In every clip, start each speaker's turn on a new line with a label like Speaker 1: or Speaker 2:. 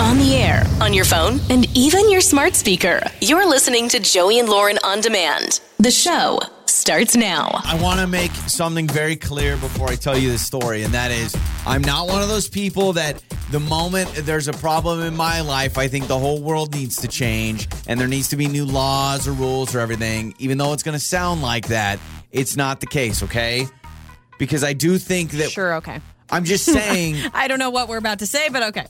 Speaker 1: On the air, on your phone, and even your smart speaker. You're listening to Joey and Lauren on demand. The show starts now.
Speaker 2: I want to make something very clear before I tell you this story, and that is I'm not one of those people that the moment there's a problem in my life, I think the whole world needs to change and there needs to be new laws or rules or everything. Even though it's going to sound like that, it's not the case, okay? Because I do think that
Speaker 3: Sure, okay.
Speaker 2: I'm just saying.
Speaker 3: I don't know what we're about to say, but okay.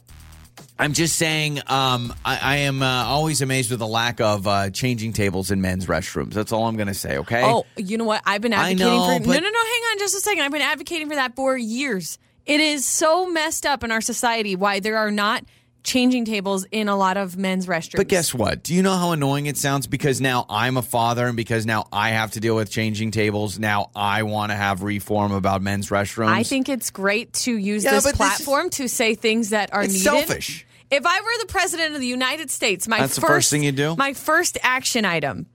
Speaker 2: I'm just saying, um, I, I am uh, always amazed with the lack of uh, changing tables in men's restrooms. That's all I'm going to say. Okay.
Speaker 3: Oh, you know what? I've been
Speaker 2: I
Speaker 3: advocating
Speaker 2: know,
Speaker 3: for No,
Speaker 2: but-
Speaker 3: no, no, hang on just a second. I've been advocating for that for years. It is so messed up in our society why there are not changing tables in a lot of men's restrooms.
Speaker 2: But guess what? Do you know how annoying it sounds? Because now I'm a father, and because now I have to deal with changing tables. Now I want to have reform about men's restrooms.
Speaker 3: I think it's great to use
Speaker 2: Yeah,
Speaker 3: this
Speaker 2: but this is-
Speaker 3: platform to say things that are
Speaker 2: It's
Speaker 3: needed.
Speaker 2: selfish.
Speaker 3: If I were the president of the United States, my
Speaker 2: That's the
Speaker 3: first,
Speaker 2: first thing you do?
Speaker 3: My first action item: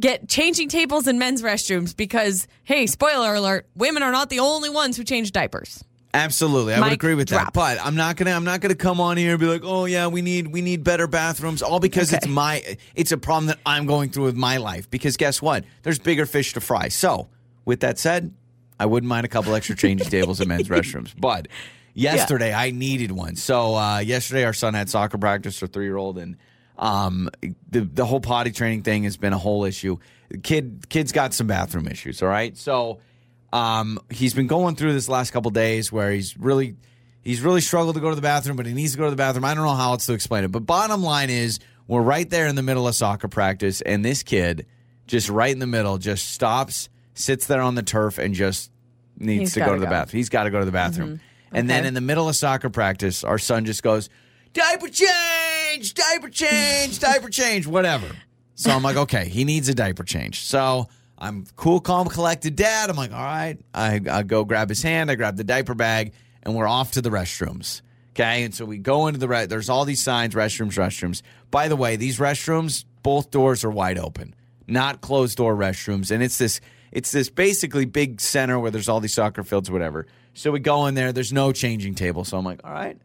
Speaker 3: get changing tables in men's restrooms because, hey, spoiler alert, women are not the only ones who change diapers.
Speaker 2: absolutely, I would
Speaker 3: Mic
Speaker 2: agree with that.
Speaker 3: drop.
Speaker 2: But I'm not gonna, I'm not gonna come on here and be like, oh yeah, we need, we need better bathrooms, all because it's my, it's a problem that I'm going through with my life. Because guess what? There's bigger fish to fry. So, with that said, I wouldn't mind a couple extra changing tables in men's restrooms, but. Yesterday, I needed one. So uh, yesterday, our son had soccer practice for three year old, and um, the the whole potty training thing has been a whole issue. Kid kid's got some bathroom issues. All right, so um, he's been going through this last couple days where he's really he's really struggled to go to the bathroom, but he needs to go to the bathroom. I don't know how else to explain it, but bottom line is we're right there in the middle of soccer practice, and this kid just right in the middle just stops, sits there on the turf, and just needs
Speaker 3: He's
Speaker 2: to go
Speaker 3: gotta
Speaker 2: to the
Speaker 3: go.
Speaker 2: bathroom. He's got to go to the bathroom. And then in the middle of soccer practice, our son just goes, diaper change, diaper change, diaper change, whatever. So I'm like, okay, he needs a diaper change. So I'm cool, calm, collected dad. I'm like, all right. I, I go grab his hand, I grab the diaper bag, and we're off to the restrooms. Okay. And so we go into the, re- there's all these signs restrooms, restrooms. By the way, these restrooms, both doors are wide open not closed door restrooms. And it's this it's this basically big center where there's all these soccer fields, whatever. So we go in there, there's no changing table. So I'm like, all right.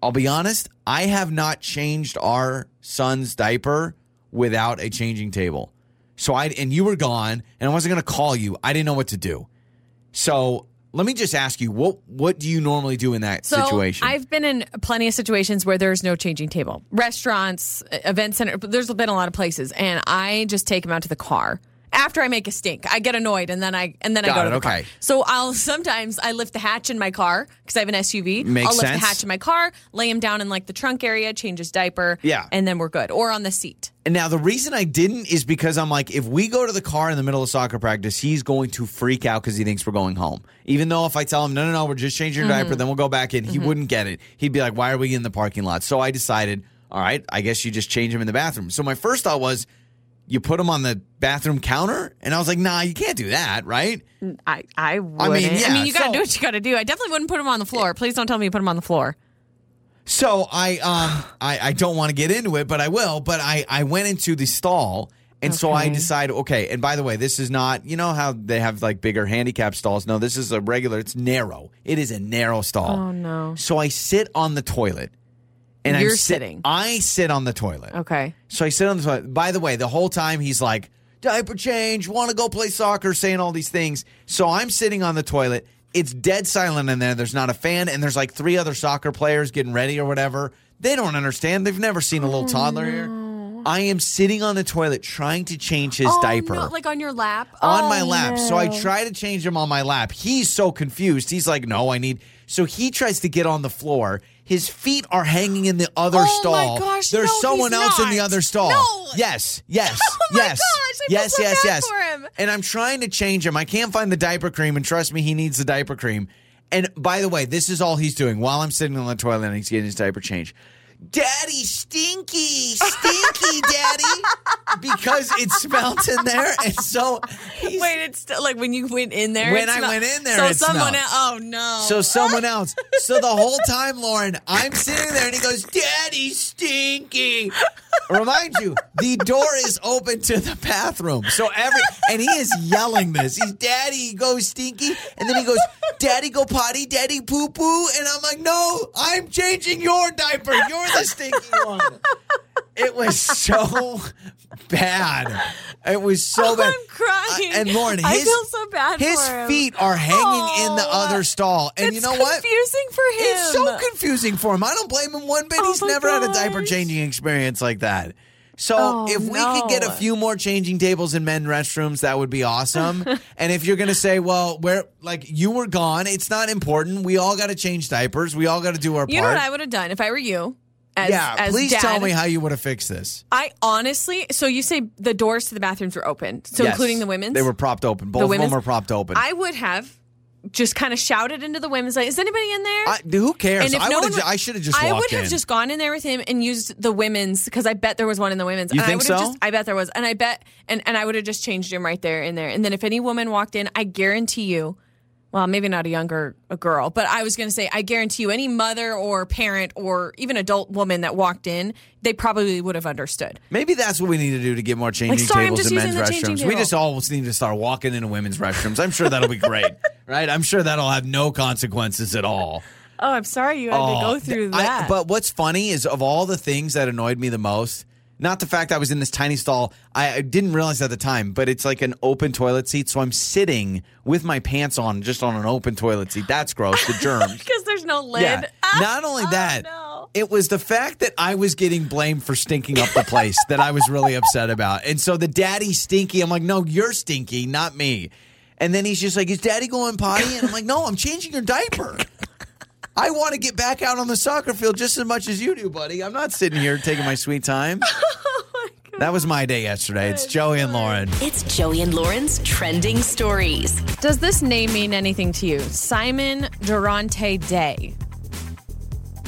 Speaker 2: I'll be honest, I have not changed our son's diaper without a changing table. So I and you were gone and I wasn't gonna call you. I didn't know what to do. So let me just ask you, what what do you normally do in that
Speaker 3: So
Speaker 2: situation?
Speaker 3: I've been in plenty of situations where there's no changing table, restaurants, uh, event center. But there's been a lot of places, and I just take them out to the car after I make a stink. I get annoyed, and then I and then
Speaker 2: Got
Speaker 3: I go
Speaker 2: it,
Speaker 3: to the
Speaker 2: okay.
Speaker 3: car. So I'll sometimes I lift the hatch in my car because I have an SUV.
Speaker 2: Makes
Speaker 3: I'll lift
Speaker 2: sense.
Speaker 3: the hatch in my car, lay him down in like the trunk area, change his diaper,
Speaker 2: Yeah.
Speaker 3: and then we're good. Or on the seat.
Speaker 2: And now the reason I didn't is because I'm like, if we go to the car in the middle of soccer practice, he's going to freak out because he thinks we're going home. Even though if I tell him, no, no, no, we're just changing your diaper, then we'll go back in, he wouldn't get it. He'd be like, why are we in the parking lot? So I decided, all right, I guess you just change him in the bathroom. So my first thought was, you put him on the bathroom counter? And I was like, nah, you can't do that, right?
Speaker 3: I I would.
Speaker 2: yeah,
Speaker 3: I mean, you gotta
Speaker 2: so-
Speaker 3: do what you gotta do. I definitely wouldn't put him on the floor. Please don't tell me you put him on the floor.
Speaker 2: So I um I, I don't want to get into it, but I will. But I I went into the stall and so I decided okay, and by the way, this is not you know how they have like bigger handicap stalls. No, this is a regular, it's narrow. It is a narrow stall.
Speaker 3: Oh, no.
Speaker 2: So I sit on the toilet. And I'm
Speaker 3: You're
Speaker 2: sit-
Speaker 3: sitting.
Speaker 2: I sit on the toilet.
Speaker 3: Okay.
Speaker 2: So I sit on the toilet. By the way, the whole time he's like, diaper change, want to go play soccer, saying all these things. So I'm sitting on the toilet. It's dead silent in there. There's not a fan, and there's like three other soccer players getting ready or whatever. They don't understand. They've never seen a
Speaker 3: Oh,
Speaker 2: little toddler here. I am sitting on the toilet trying to change his
Speaker 3: Oh,
Speaker 2: diaper
Speaker 3: no, like on your lap.
Speaker 2: on
Speaker 3: Oh,
Speaker 2: my lap. So I try to change him on my lap. He's so confused. He's like, no, I need. So he tries to get on the floor. His feet are hanging in the other
Speaker 3: Oh my
Speaker 2: stall.
Speaker 3: gosh,
Speaker 2: There's
Speaker 3: no,
Speaker 2: someone
Speaker 3: he's
Speaker 2: else in the
Speaker 3: not.
Speaker 2: other stall.
Speaker 3: No.
Speaker 2: Yes, yes,
Speaker 3: Oh my
Speaker 2: yes.
Speaker 3: gosh, I feel
Speaker 2: yes,
Speaker 3: so
Speaker 2: yes,
Speaker 3: bad
Speaker 2: yes.
Speaker 3: for him.
Speaker 2: And I'm trying to change him. I can't find the diaper cream, and trust me, he needs the diaper cream. And by the way, this is all he's doing while I'm sitting on the toilet and he's getting his diaper changed. Daddy stinky, stinky daddy, because it smelled in there. And so he's
Speaker 3: Wait, it's still, like when you went in there.
Speaker 2: When
Speaker 3: it
Speaker 2: I
Speaker 3: smell-
Speaker 2: went in there,
Speaker 3: So
Speaker 2: it smelled.
Speaker 3: someone. el- Oh no.
Speaker 2: So someone else. So the whole time, Lauren, I'm sitting there and he goes, Daddy stinky. remind you, the door is open to the bathroom. So every and he is yelling this. He's daddy, go stinky, and then he goes, Daddy go potty, daddy poo poo, and I'm like, No, I'm changing your diaper. You're the stinky one. It was so bad. It was so bad.
Speaker 3: Oh, I'm
Speaker 2: I-
Speaker 3: crying.
Speaker 2: uh, and Lauren, his,
Speaker 3: I feel so bad
Speaker 2: his
Speaker 3: for him.
Speaker 2: feet are hanging in the
Speaker 3: Oh,
Speaker 2: other stall. And
Speaker 3: it's
Speaker 2: you know what?
Speaker 3: confusing for him.
Speaker 2: It's so confusing for him. I don't blame him one bit.
Speaker 3: Oh
Speaker 2: He's
Speaker 3: my
Speaker 2: never had a diaper
Speaker 3: gosh.
Speaker 2: changing experience like that. So
Speaker 3: Oh,
Speaker 2: if we
Speaker 3: no.
Speaker 2: could get a few more changing tables in men restrooms, that would be awesome. and if you're gonna say, well, where like you were gone, it's not important. We all got to change diapers. We all got to do our
Speaker 3: You know
Speaker 2: part.
Speaker 3: what I would have done if I were you? As,
Speaker 2: yeah,
Speaker 3: as
Speaker 2: please
Speaker 3: dad,
Speaker 2: tell me how you would have fixed this.
Speaker 3: I honestly, so you say the doors to the bathrooms were open, so
Speaker 2: Yes.
Speaker 3: including the women's.
Speaker 2: They were propped open. Both of them
Speaker 3: women's?
Speaker 2: were propped open.
Speaker 3: I would have just kind of shouted into the women's, like, "Is anybody in there?"
Speaker 2: I- who cares?
Speaker 3: and if
Speaker 2: I
Speaker 3: no
Speaker 2: would
Speaker 3: one,
Speaker 2: have.
Speaker 3: would-
Speaker 2: I should have just.
Speaker 3: I
Speaker 2: walked
Speaker 3: would have
Speaker 2: in.
Speaker 3: just gone in there with him and used the women's because I bet there was one in the women's.
Speaker 2: You
Speaker 3: and I
Speaker 2: think
Speaker 3: would have
Speaker 2: so?
Speaker 3: Just, I bet there was, and I bet, and and I would have just changed him right there in there. And then if any woman walked in, I guarantee you, well, maybe not a younger a girl, but I was going to say, I guarantee you, any mother or parent or even adult woman that walked in, they probably would have understood.
Speaker 2: Maybe that's what we need to do to get more changing
Speaker 3: Like, sorry, I'm
Speaker 2: tables
Speaker 3: just
Speaker 2: in men's
Speaker 3: using the changing
Speaker 2: restrooms. We
Speaker 3: table.
Speaker 2: just almost need to start walking into women's restrooms. I'm sure that'll be great, right? I'm sure that'll have no consequences at all.
Speaker 3: Oh, I'm sorry you had
Speaker 2: Oh, th- I- but what's funny is of all the things that annoyed me the most, not the fact I was in this tiny stall. I, I didn't realize at the time, but it's like an open toilet seat, so I'm sitting with my pants on, just on an open toilet seat. That's gross. The germs.
Speaker 3: because there's no lid. Oh,
Speaker 2: Yeah. Not only that,
Speaker 3: no.
Speaker 2: it was the fact that I was getting blamed for stinking up the place that I was really upset about. And so the daddy stinky, I'm like, no, you're stinky, not me. And then he's just like, is daddy going potty? And I'm like, no, I'm changing your diaper. I want to get back out on the soccer field just as much as you do, buddy. I'm not sitting here taking my sweet time.
Speaker 3: Oh,
Speaker 2: That was my day yesterday. It's Joey and Lauren.
Speaker 1: It's Joey and Lauren's trending stories.
Speaker 3: Does this name mean anything to you? Simon Durante Day.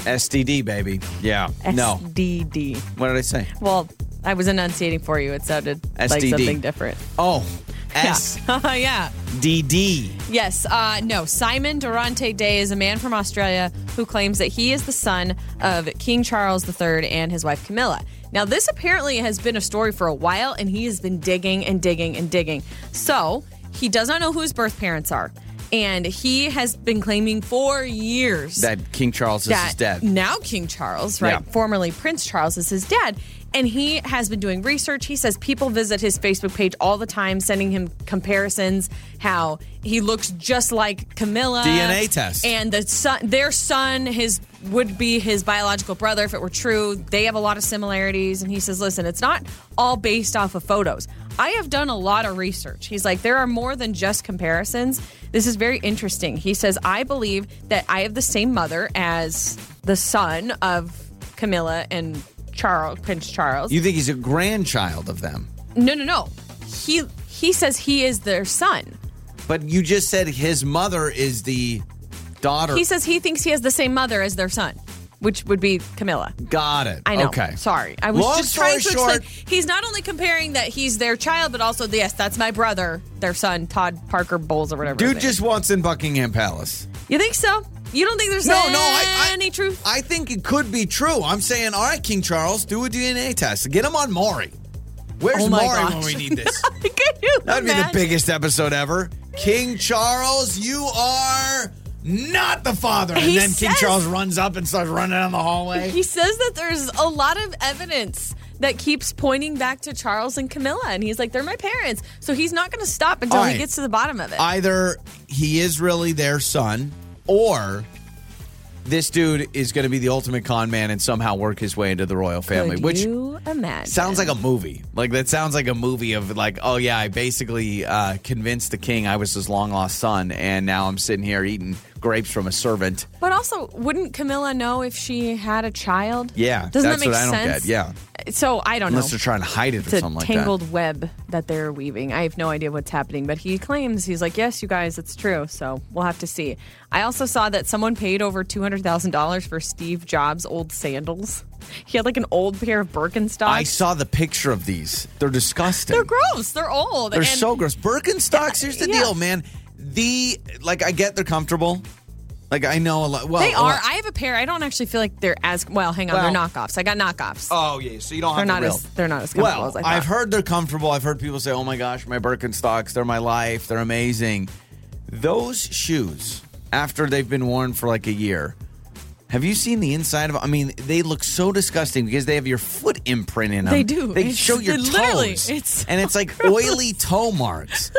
Speaker 2: STD, baby. Yeah. No.
Speaker 3: SDD.
Speaker 2: What did I say?
Speaker 3: Well, I was enunciating for you. It sounded like
Speaker 2: SDD.
Speaker 3: something different.
Speaker 2: Oh,
Speaker 3: Yeah.
Speaker 2: SDD.
Speaker 3: yeah. Yes. Uh, no. Simon Durante Day is a man from Australia who claims that he is the son of King Charles III and his wife Camilla. Now, this apparently has been a story for a while, and he has been digging and digging and digging. So he does not know who his birth parents are, and he has been claiming for years
Speaker 2: That King Charles is his
Speaker 3: that
Speaker 2: dad.
Speaker 3: now King Charles, right?
Speaker 2: Yeah.
Speaker 3: Formerly Prince Charles is his dad. And he has been doing research. He says people visit his Facebook page all the time, sending him comparisons, how he looks just like Camilla.
Speaker 2: DNA test.
Speaker 3: And the son, their son, his would be his biological brother if it were true. They have a lot of similarities. And he says, listen, it's not all based off of photos. I have done a lot of research. He's like, there are more than just comparisons. This is very interesting. He says, I believe that I have the same mother as the son of Camilla and Charles, Prince Charles.
Speaker 2: You think he's a grandchild of them?
Speaker 3: no, no, no. He he says he is their son.
Speaker 2: But you just said his mother is the daughter.
Speaker 3: He says he thinks he has the same mother as their son, which would be Camilla.
Speaker 2: Got it.
Speaker 3: I know.
Speaker 2: Okay.
Speaker 3: Sorry. I was
Speaker 2: Long
Speaker 3: just
Speaker 2: story
Speaker 3: trying to
Speaker 2: short-
Speaker 3: explain. He's not only comparing that he's their child, but also, yes, that's my brother, their son, Todd Parker Bowles or whatever. his
Speaker 2: Dude
Speaker 3: name
Speaker 2: just wants in Buckingham Palace.
Speaker 3: is. You think so? You don't think there's
Speaker 2: No,
Speaker 3: any
Speaker 2: no, I, I
Speaker 3: truth?
Speaker 2: I think it could be true. I'm saying, all right, King Charles, do a DNA test. Get him on Maury. Where's
Speaker 3: Oh my
Speaker 2: Maury when
Speaker 3: gosh.
Speaker 2: we need this?
Speaker 3: Could you
Speaker 2: That'd be the
Speaker 3: imagine?
Speaker 2: biggest episode ever. King Charles, you are not the father. And
Speaker 3: He
Speaker 2: then King
Speaker 3: says-
Speaker 2: Charles runs up and starts running down the hallway.
Speaker 3: He says that there's a lot of evidence that keeps pointing back to Charles and Camilla, and he's like, they're my parents. So he's not going to stop until
Speaker 2: All right.
Speaker 3: he gets to the bottom of it.
Speaker 2: either he is really their son or this dude is going to be the ultimate con man and somehow work his way into the royal family,
Speaker 3: Could
Speaker 2: which
Speaker 3: you imagine?
Speaker 2: sounds like a movie. Like that sounds like a movie of like, oh yeah, I basically uh, convinced the king I was his long lost son, and now I'm sitting here eating grapes from a servant.
Speaker 3: But also, wouldn't Camilla know if she had a child?
Speaker 2: Yeah,
Speaker 3: doesn't
Speaker 2: that's
Speaker 3: that make
Speaker 2: what I don't get.
Speaker 3: sense?
Speaker 2: Yeah,
Speaker 3: So I don't
Speaker 2: unless
Speaker 3: know.
Speaker 2: they're trying to hide it or
Speaker 3: It's
Speaker 2: something
Speaker 3: a
Speaker 2: like
Speaker 3: tangled
Speaker 2: that.
Speaker 3: web that they're weaving. I have no idea what's happening, but he claims he's like, "Yes, you guys, it's true." So we'll have to see. I also saw that someone paid over two hundred thousand dollars for Steve Jobs' old sandals. He had like an old pair of Birkenstocks.
Speaker 2: I saw the picture of these. They're disgusting.
Speaker 3: They're gross. They're old.
Speaker 2: They're
Speaker 3: and
Speaker 2: so gross. Birkenstocks. Here's the
Speaker 3: Yeah.
Speaker 2: deal, man. The like, I get they're comfortable. Like I know a lot. Well,
Speaker 3: They
Speaker 2: a
Speaker 3: are.
Speaker 2: lot-
Speaker 3: I have a pair. I don't actually feel like they're as well. Hang on, they're
Speaker 2: Well-
Speaker 3: knockoffs. I got knockoffs.
Speaker 2: Oh yeah, so you don't
Speaker 3: They're
Speaker 2: have
Speaker 3: not
Speaker 2: to
Speaker 3: as-
Speaker 2: reel.
Speaker 3: they're not as comfortable
Speaker 2: well,
Speaker 3: as I thought.
Speaker 2: I've heard they're comfortable. I've heard people say, "Oh my gosh, my Birkenstocks, they're my life. They're amazing." Those shoes, after they've been worn for like a year, have you seen the inside of? I mean, they look so disgusting because they have your foot imprint in them.
Speaker 3: They do.
Speaker 2: They
Speaker 3: It's-
Speaker 2: show your
Speaker 3: they
Speaker 2: toes,
Speaker 3: literally- it's
Speaker 2: and it's like oily toe marks.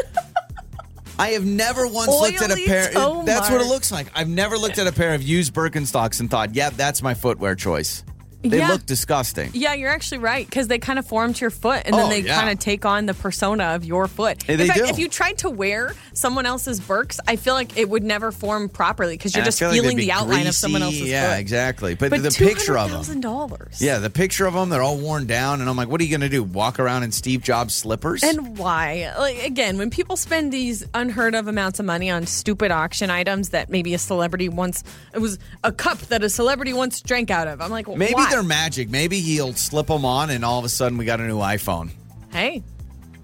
Speaker 2: I have never once looked at a
Speaker 3: Oily
Speaker 2: pair.
Speaker 3: toe
Speaker 2: that's what it
Speaker 3: marks.
Speaker 2: looks like. I've never looked at a pair of used Birkenstocks and thought, "Yep, that's my footwear choice." They
Speaker 3: Yeah.
Speaker 2: look disgusting.
Speaker 3: Yeah, you're actually right because they kind of form to your foot, and then
Speaker 2: Oh,
Speaker 3: they
Speaker 2: yeah.
Speaker 3: kind of take on the persona of your foot.
Speaker 2: Yeah,
Speaker 3: In
Speaker 2: they
Speaker 3: fact,
Speaker 2: do.
Speaker 3: if you tried to wear someone else's Birks, I feel like it would never form properly because you're
Speaker 2: And I
Speaker 3: just
Speaker 2: feel like
Speaker 3: feeling
Speaker 2: they'd be
Speaker 3: the outline of someone
Speaker 2: greasy.
Speaker 3: else's
Speaker 2: yeah,
Speaker 3: foot.
Speaker 2: exactly. But,
Speaker 3: But
Speaker 2: the picture of them.
Speaker 3: dollars.
Speaker 2: Yeah, the picture of them, they're all worn down. And I'm like, what are you going to do? Walk around in Steve Jobs slippers?
Speaker 3: And why? Like again, when people spend these unheard of amounts of money on stupid auction items that maybe a celebrity once it was a cup that a celebrity once drank out of. I'm like,
Speaker 2: Maybe
Speaker 3: why?
Speaker 2: they're magic. Maybe he'll slip them on and all of a sudden we got a new iPhone.
Speaker 3: hey,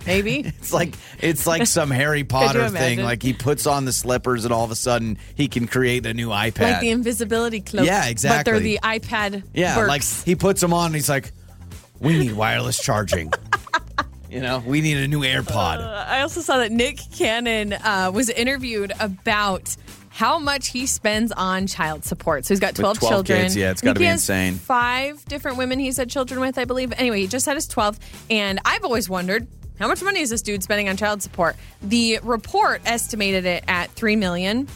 Speaker 3: maybe
Speaker 2: It's like it's like some Harry Potter thing.
Speaker 3: imagine?
Speaker 2: Like he puts on the slippers and all of a sudden he can create a new iPad.
Speaker 3: like the invisibility cloak.
Speaker 2: Yeah,
Speaker 3: But they're
Speaker 2: exactly.
Speaker 3: the iPad.
Speaker 2: yeah,
Speaker 3: Birks.
Speaker 2: like he puts them on and he's like, we need wireless charging. you know, we need a new AirPod.
Speaker 3: I also saw that Nick Cannon uh, was interviewed about how much he spends on child support. So he's got 12,
Speaker 2: 12
Speaker 3: children.
Speaker 2: kids, yeah, it's
Speaker 3: I think
Speaker 2: gotta be
Speaker 3: he has
Speaker 2: insane.
Speaker 3: Five different women he's had children with, I believe. Anyway, he just had his 12th. And I've always wondered. How much money is this dude spending on child support? The report estimated it at 3 million,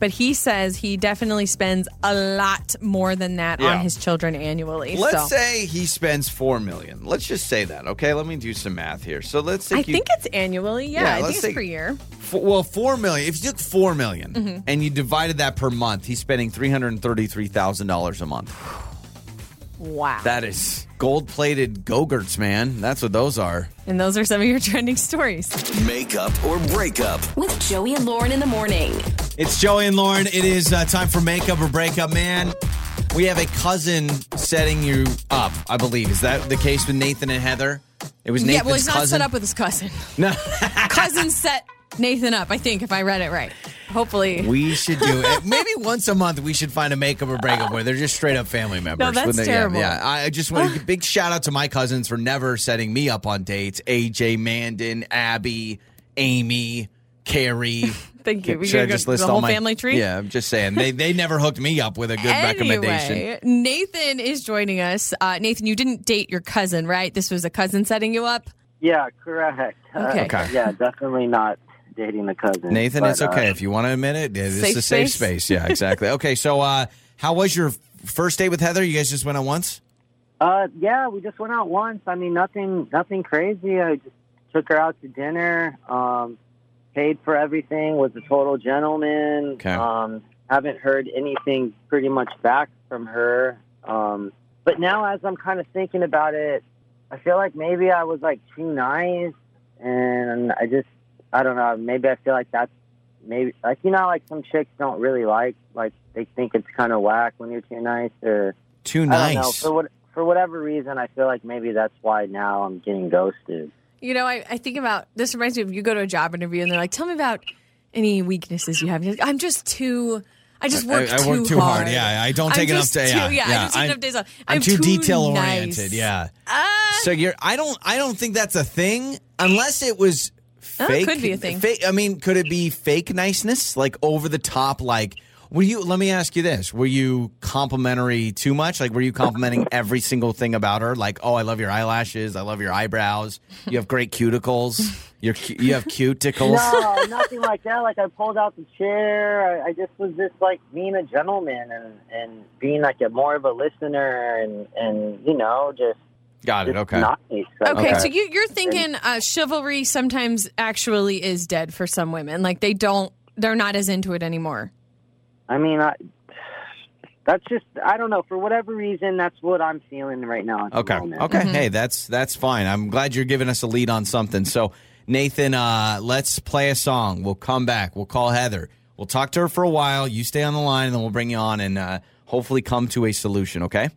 Speaker 3: but he says he definitely spends a lot more than that on
Speaker 2: Yeah.
Speaker 3: his children annually.
Speaker 2: Let's
Speaker 3: so.
Speaker 2: say he spends four million. Let's just say that, okay? Let me do some math here. So let's say
Speaker 3: I
Speaker 2: you,
Speaker 3: think it's annually. Yeah,
Speaker 2: Yeah,
Speaker 3: I
Speaker 2: let's
Speaker 3: think it's Mm-hmm.
Speaker 2: take-
Speaker 3: per year.
Speaker 2: f- well four million. If you took four million and you divided that per month, he's spending three hundred and thirty-three thousand dollars a month.
Speaker 3: Wow.
Speaker 2: That is gold-plated go-gurts, man. That's what those are.
Speaker 3: and those are some of your trending stories.
Speaker 4: Makeup or breakup.
Speaker 1: With Joey and Lauren in the morning.
Speaker 2: It's Joey and Lauren. It is uh, time for makeup or breakup, man. We have a cousin setting you up. I believe is that the case with Nathan and Heather? It was Nathan's
Speaker 3: yeah, well, he's not
Speaker 2: cousin.
Speaker 3: set up with his cousin.
Speaker 2: no.
Speaker 3: cousin set Nathan up, I think, if I read it right. Hopefully.
Speaker 2: We should do it. Maybe once a month we should find a makeup or breakup where they're just straight up family members.
Speaker 3: that's
Speaker 2: When they- yeah,
Speaker 3: terrible.
Speaker 2: Yeah, I I just want a big shout out to my cousins for never setting me up on dates. AJ, Mandan, Abby, Amy, Carrie.
Speaker 3: Thank you. We
Speaker 2: Should I
Speaker 3: could go
Speaker 2: just
Speaker 3: the
Speaker 2: list
Speaker 3: whole
Speaker 2: all my
Speaker 3: family tree?
Speaker 2: Yeah, I'm just saying they they never hooked me up with a good recommendation.
Speaker 3: Anyway, Nathan is joining us. Uh, Nathan, you didn't date your cousin, right? This was a cousin setting you up?
Speaker 5: Yeah, correct. Uh,
Speaker 3: Okay.
Speaker 2: Okay.
Speaker 5: yeah, definitely not dating the cousin.
Speaker 2: Nathan,
Speaker 5: but,
Speaker 2: it's okay
Speaker 5: uh,
Speaker 2: if you want to admit it. It's
Speaker 3: Safe
Speaker 2: a safe
Speaker 3: space.
Speaker 2: space. Yeah, exactly. okay, so uh, how was your first date with Heather? You guys just went on once.
Speaker 5: uh, yeah, we just went out once. I mean, nothing, nothing crazy. I just took her out to dinner. Um, paid for everything. Was a total gentleman.
Speaker 2: Okay.
Speaker 5: Um, haven't heard anything pretty much back from her. Um, but now, as I'm kind of thinking about it, I feel like maybe I was like too nice, and I just, I don't know. Maybe I feel like that's maybe like you know, like some chicks don't really like like they think it's kind of whack when you're too nice or.
Speaker 2: Too
Speaker 5: I don't know.
Speaker 2: nice.
Speaker 5: For what for whatever reason, I feel like maybe that's why now I'm getting ghosted.
Speaker 3: You know, I, I think about this reminds me of you go to a job interview and they're like, tell me about any weaknesses you have. You're like, I'm just too. I just work
Speaker 2: I- I
Speaker 3: too
Speaker 2: work too hard. Yeah, I don't
Speaker 3: I'm
Speaker 2: take enough
Speaker 3: just
Speaker 2: day-
Speaker 3: too-
Speaker 2: yeah,
Speaker 3: yeah, I
Speaker 2: yeah.
Speaker 3: don't take
Speaker 2: I'm-
Speaker 3: enough days off.
Speaker 2: I'm, too, detail oriented.
Speaker 3: nice.
Speaker 2: Yeah.
Speaker 3: Uh,
Speaker 2: So you're I don't I don't think that's a thing unless it was
Speaker 3: Oh, it
Speaker 2: fake.
Speaker 3: could be a thing.
Speaker 2: Fake, I mean, could it be fake niceness? Like over the top like were you let me ask you this. Were you complimentary too much? Like were you complimenting every single thing about her? Like, "Oh, I love your eyelashes. I love your eyebrows. You have great cuticles. You're cu- you have cuticles."
Speaker 5: No, nothing like that. Like I pulled out the chair. I, I just was just like being a gentleman and and being like a more of a listener and and you know just,
Speaker 2: Got it.
Speaker 5: just
Speaker 2: Okay.
Speaker 5: nice. Like,
Speaker 3: Okay,
Speaker 2: Okay.
Speaker 3: so you, you're thinking uh, chivalry sometimes actually is dead for some women. Like they don't, they're not as into it anymore.
Speaker 5: I mean, I. That's just I don't know for whatever reason that's what I'm feeling right now. At the
Speaker 2: Okay.
Speaker 5: moment.
Speaker 2: Okay. Hey, that's that's fine. I'm glad you're giving us a lead on something. So, Nathan, uh, let's play a song. We'll come back. We'll call Heather. We'll talk to her for a while. You stay on the line, and then we'll bring you on and uh, hopefully come to a solution. Okay.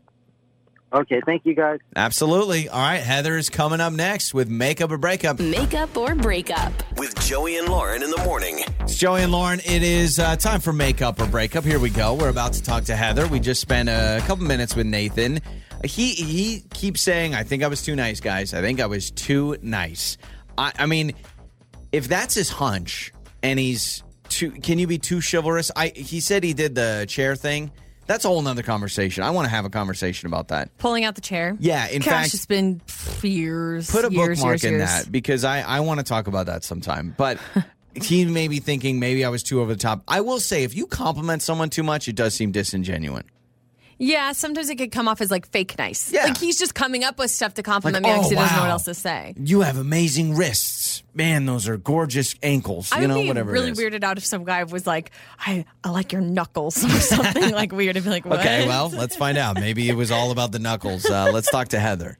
Speaker 5: Okay, thank you guys.
Speaker 2: Absolutely. All right, Heather is coming up next with Makeup or Breakup.
Speaker 1: Makeup or breakup.
Speaker 4: With Joey and Lauren in the morning.
Speaker 2: It's Joey and Lauren. It is uh, time for Makeup or Breakup. Here we go. We're about to talk to Heather. We just spent a couple minutes with Nathan. He he keeps saying, "I think I was too nice, guys. I think I was too nice." I, I mean, if that's his hunch, and he's too, can you be too chivalrous? I he said he did the chair thing. That's a whole nother conversation. I want to have a conversation about that.
Speaker 3: Pulling out the chair.
Speaker 2: Yeah, in
Speaker 3: Gosh,
Speaker 2: fact-
Speaker 3: it's been pff, years.
Speaker 2: Put a
Speaker 3: years,
Speaker 2: bookmark
Speaker 3: years,
Speaker 2: in
Speaker 3: years.
Speaker 2: that because I, I want to talk about that sometime. But he may be thinking maybe I was too over the top. I will say if you compliment someone too much, it does seem disingenuous.
Speaker 3: Yeah, sometimes it could come off as like fake nice.
Speaker 2: Yeah.
Speaker 3: Like he's just coming up with stuff to compliment
Speaker 2: Like,
Speaker 3: me
Speaker 2: oh,
Speaker 3: because he doesn't know
Speaker 2: wow.
Speaker 3: what else to say.
Speaker 2: You have amazing wrists. Man, those are gorgeous ankles.
Speaker 3: I
Speaker 2: you
Speaker 3: would
Speaker 2: know,
Speaker 3: be
Speaker 2: whatever
Speaker 3: really
Speaker 2: it is.
Speaker 3: weirded out if some guy was like, I, I like your knuckles or something like weird. I'd be like, what?
Speaker 2: Okay, well, let's find out. Maybe it was all about the knuckles. Uh, let's talk to Heather.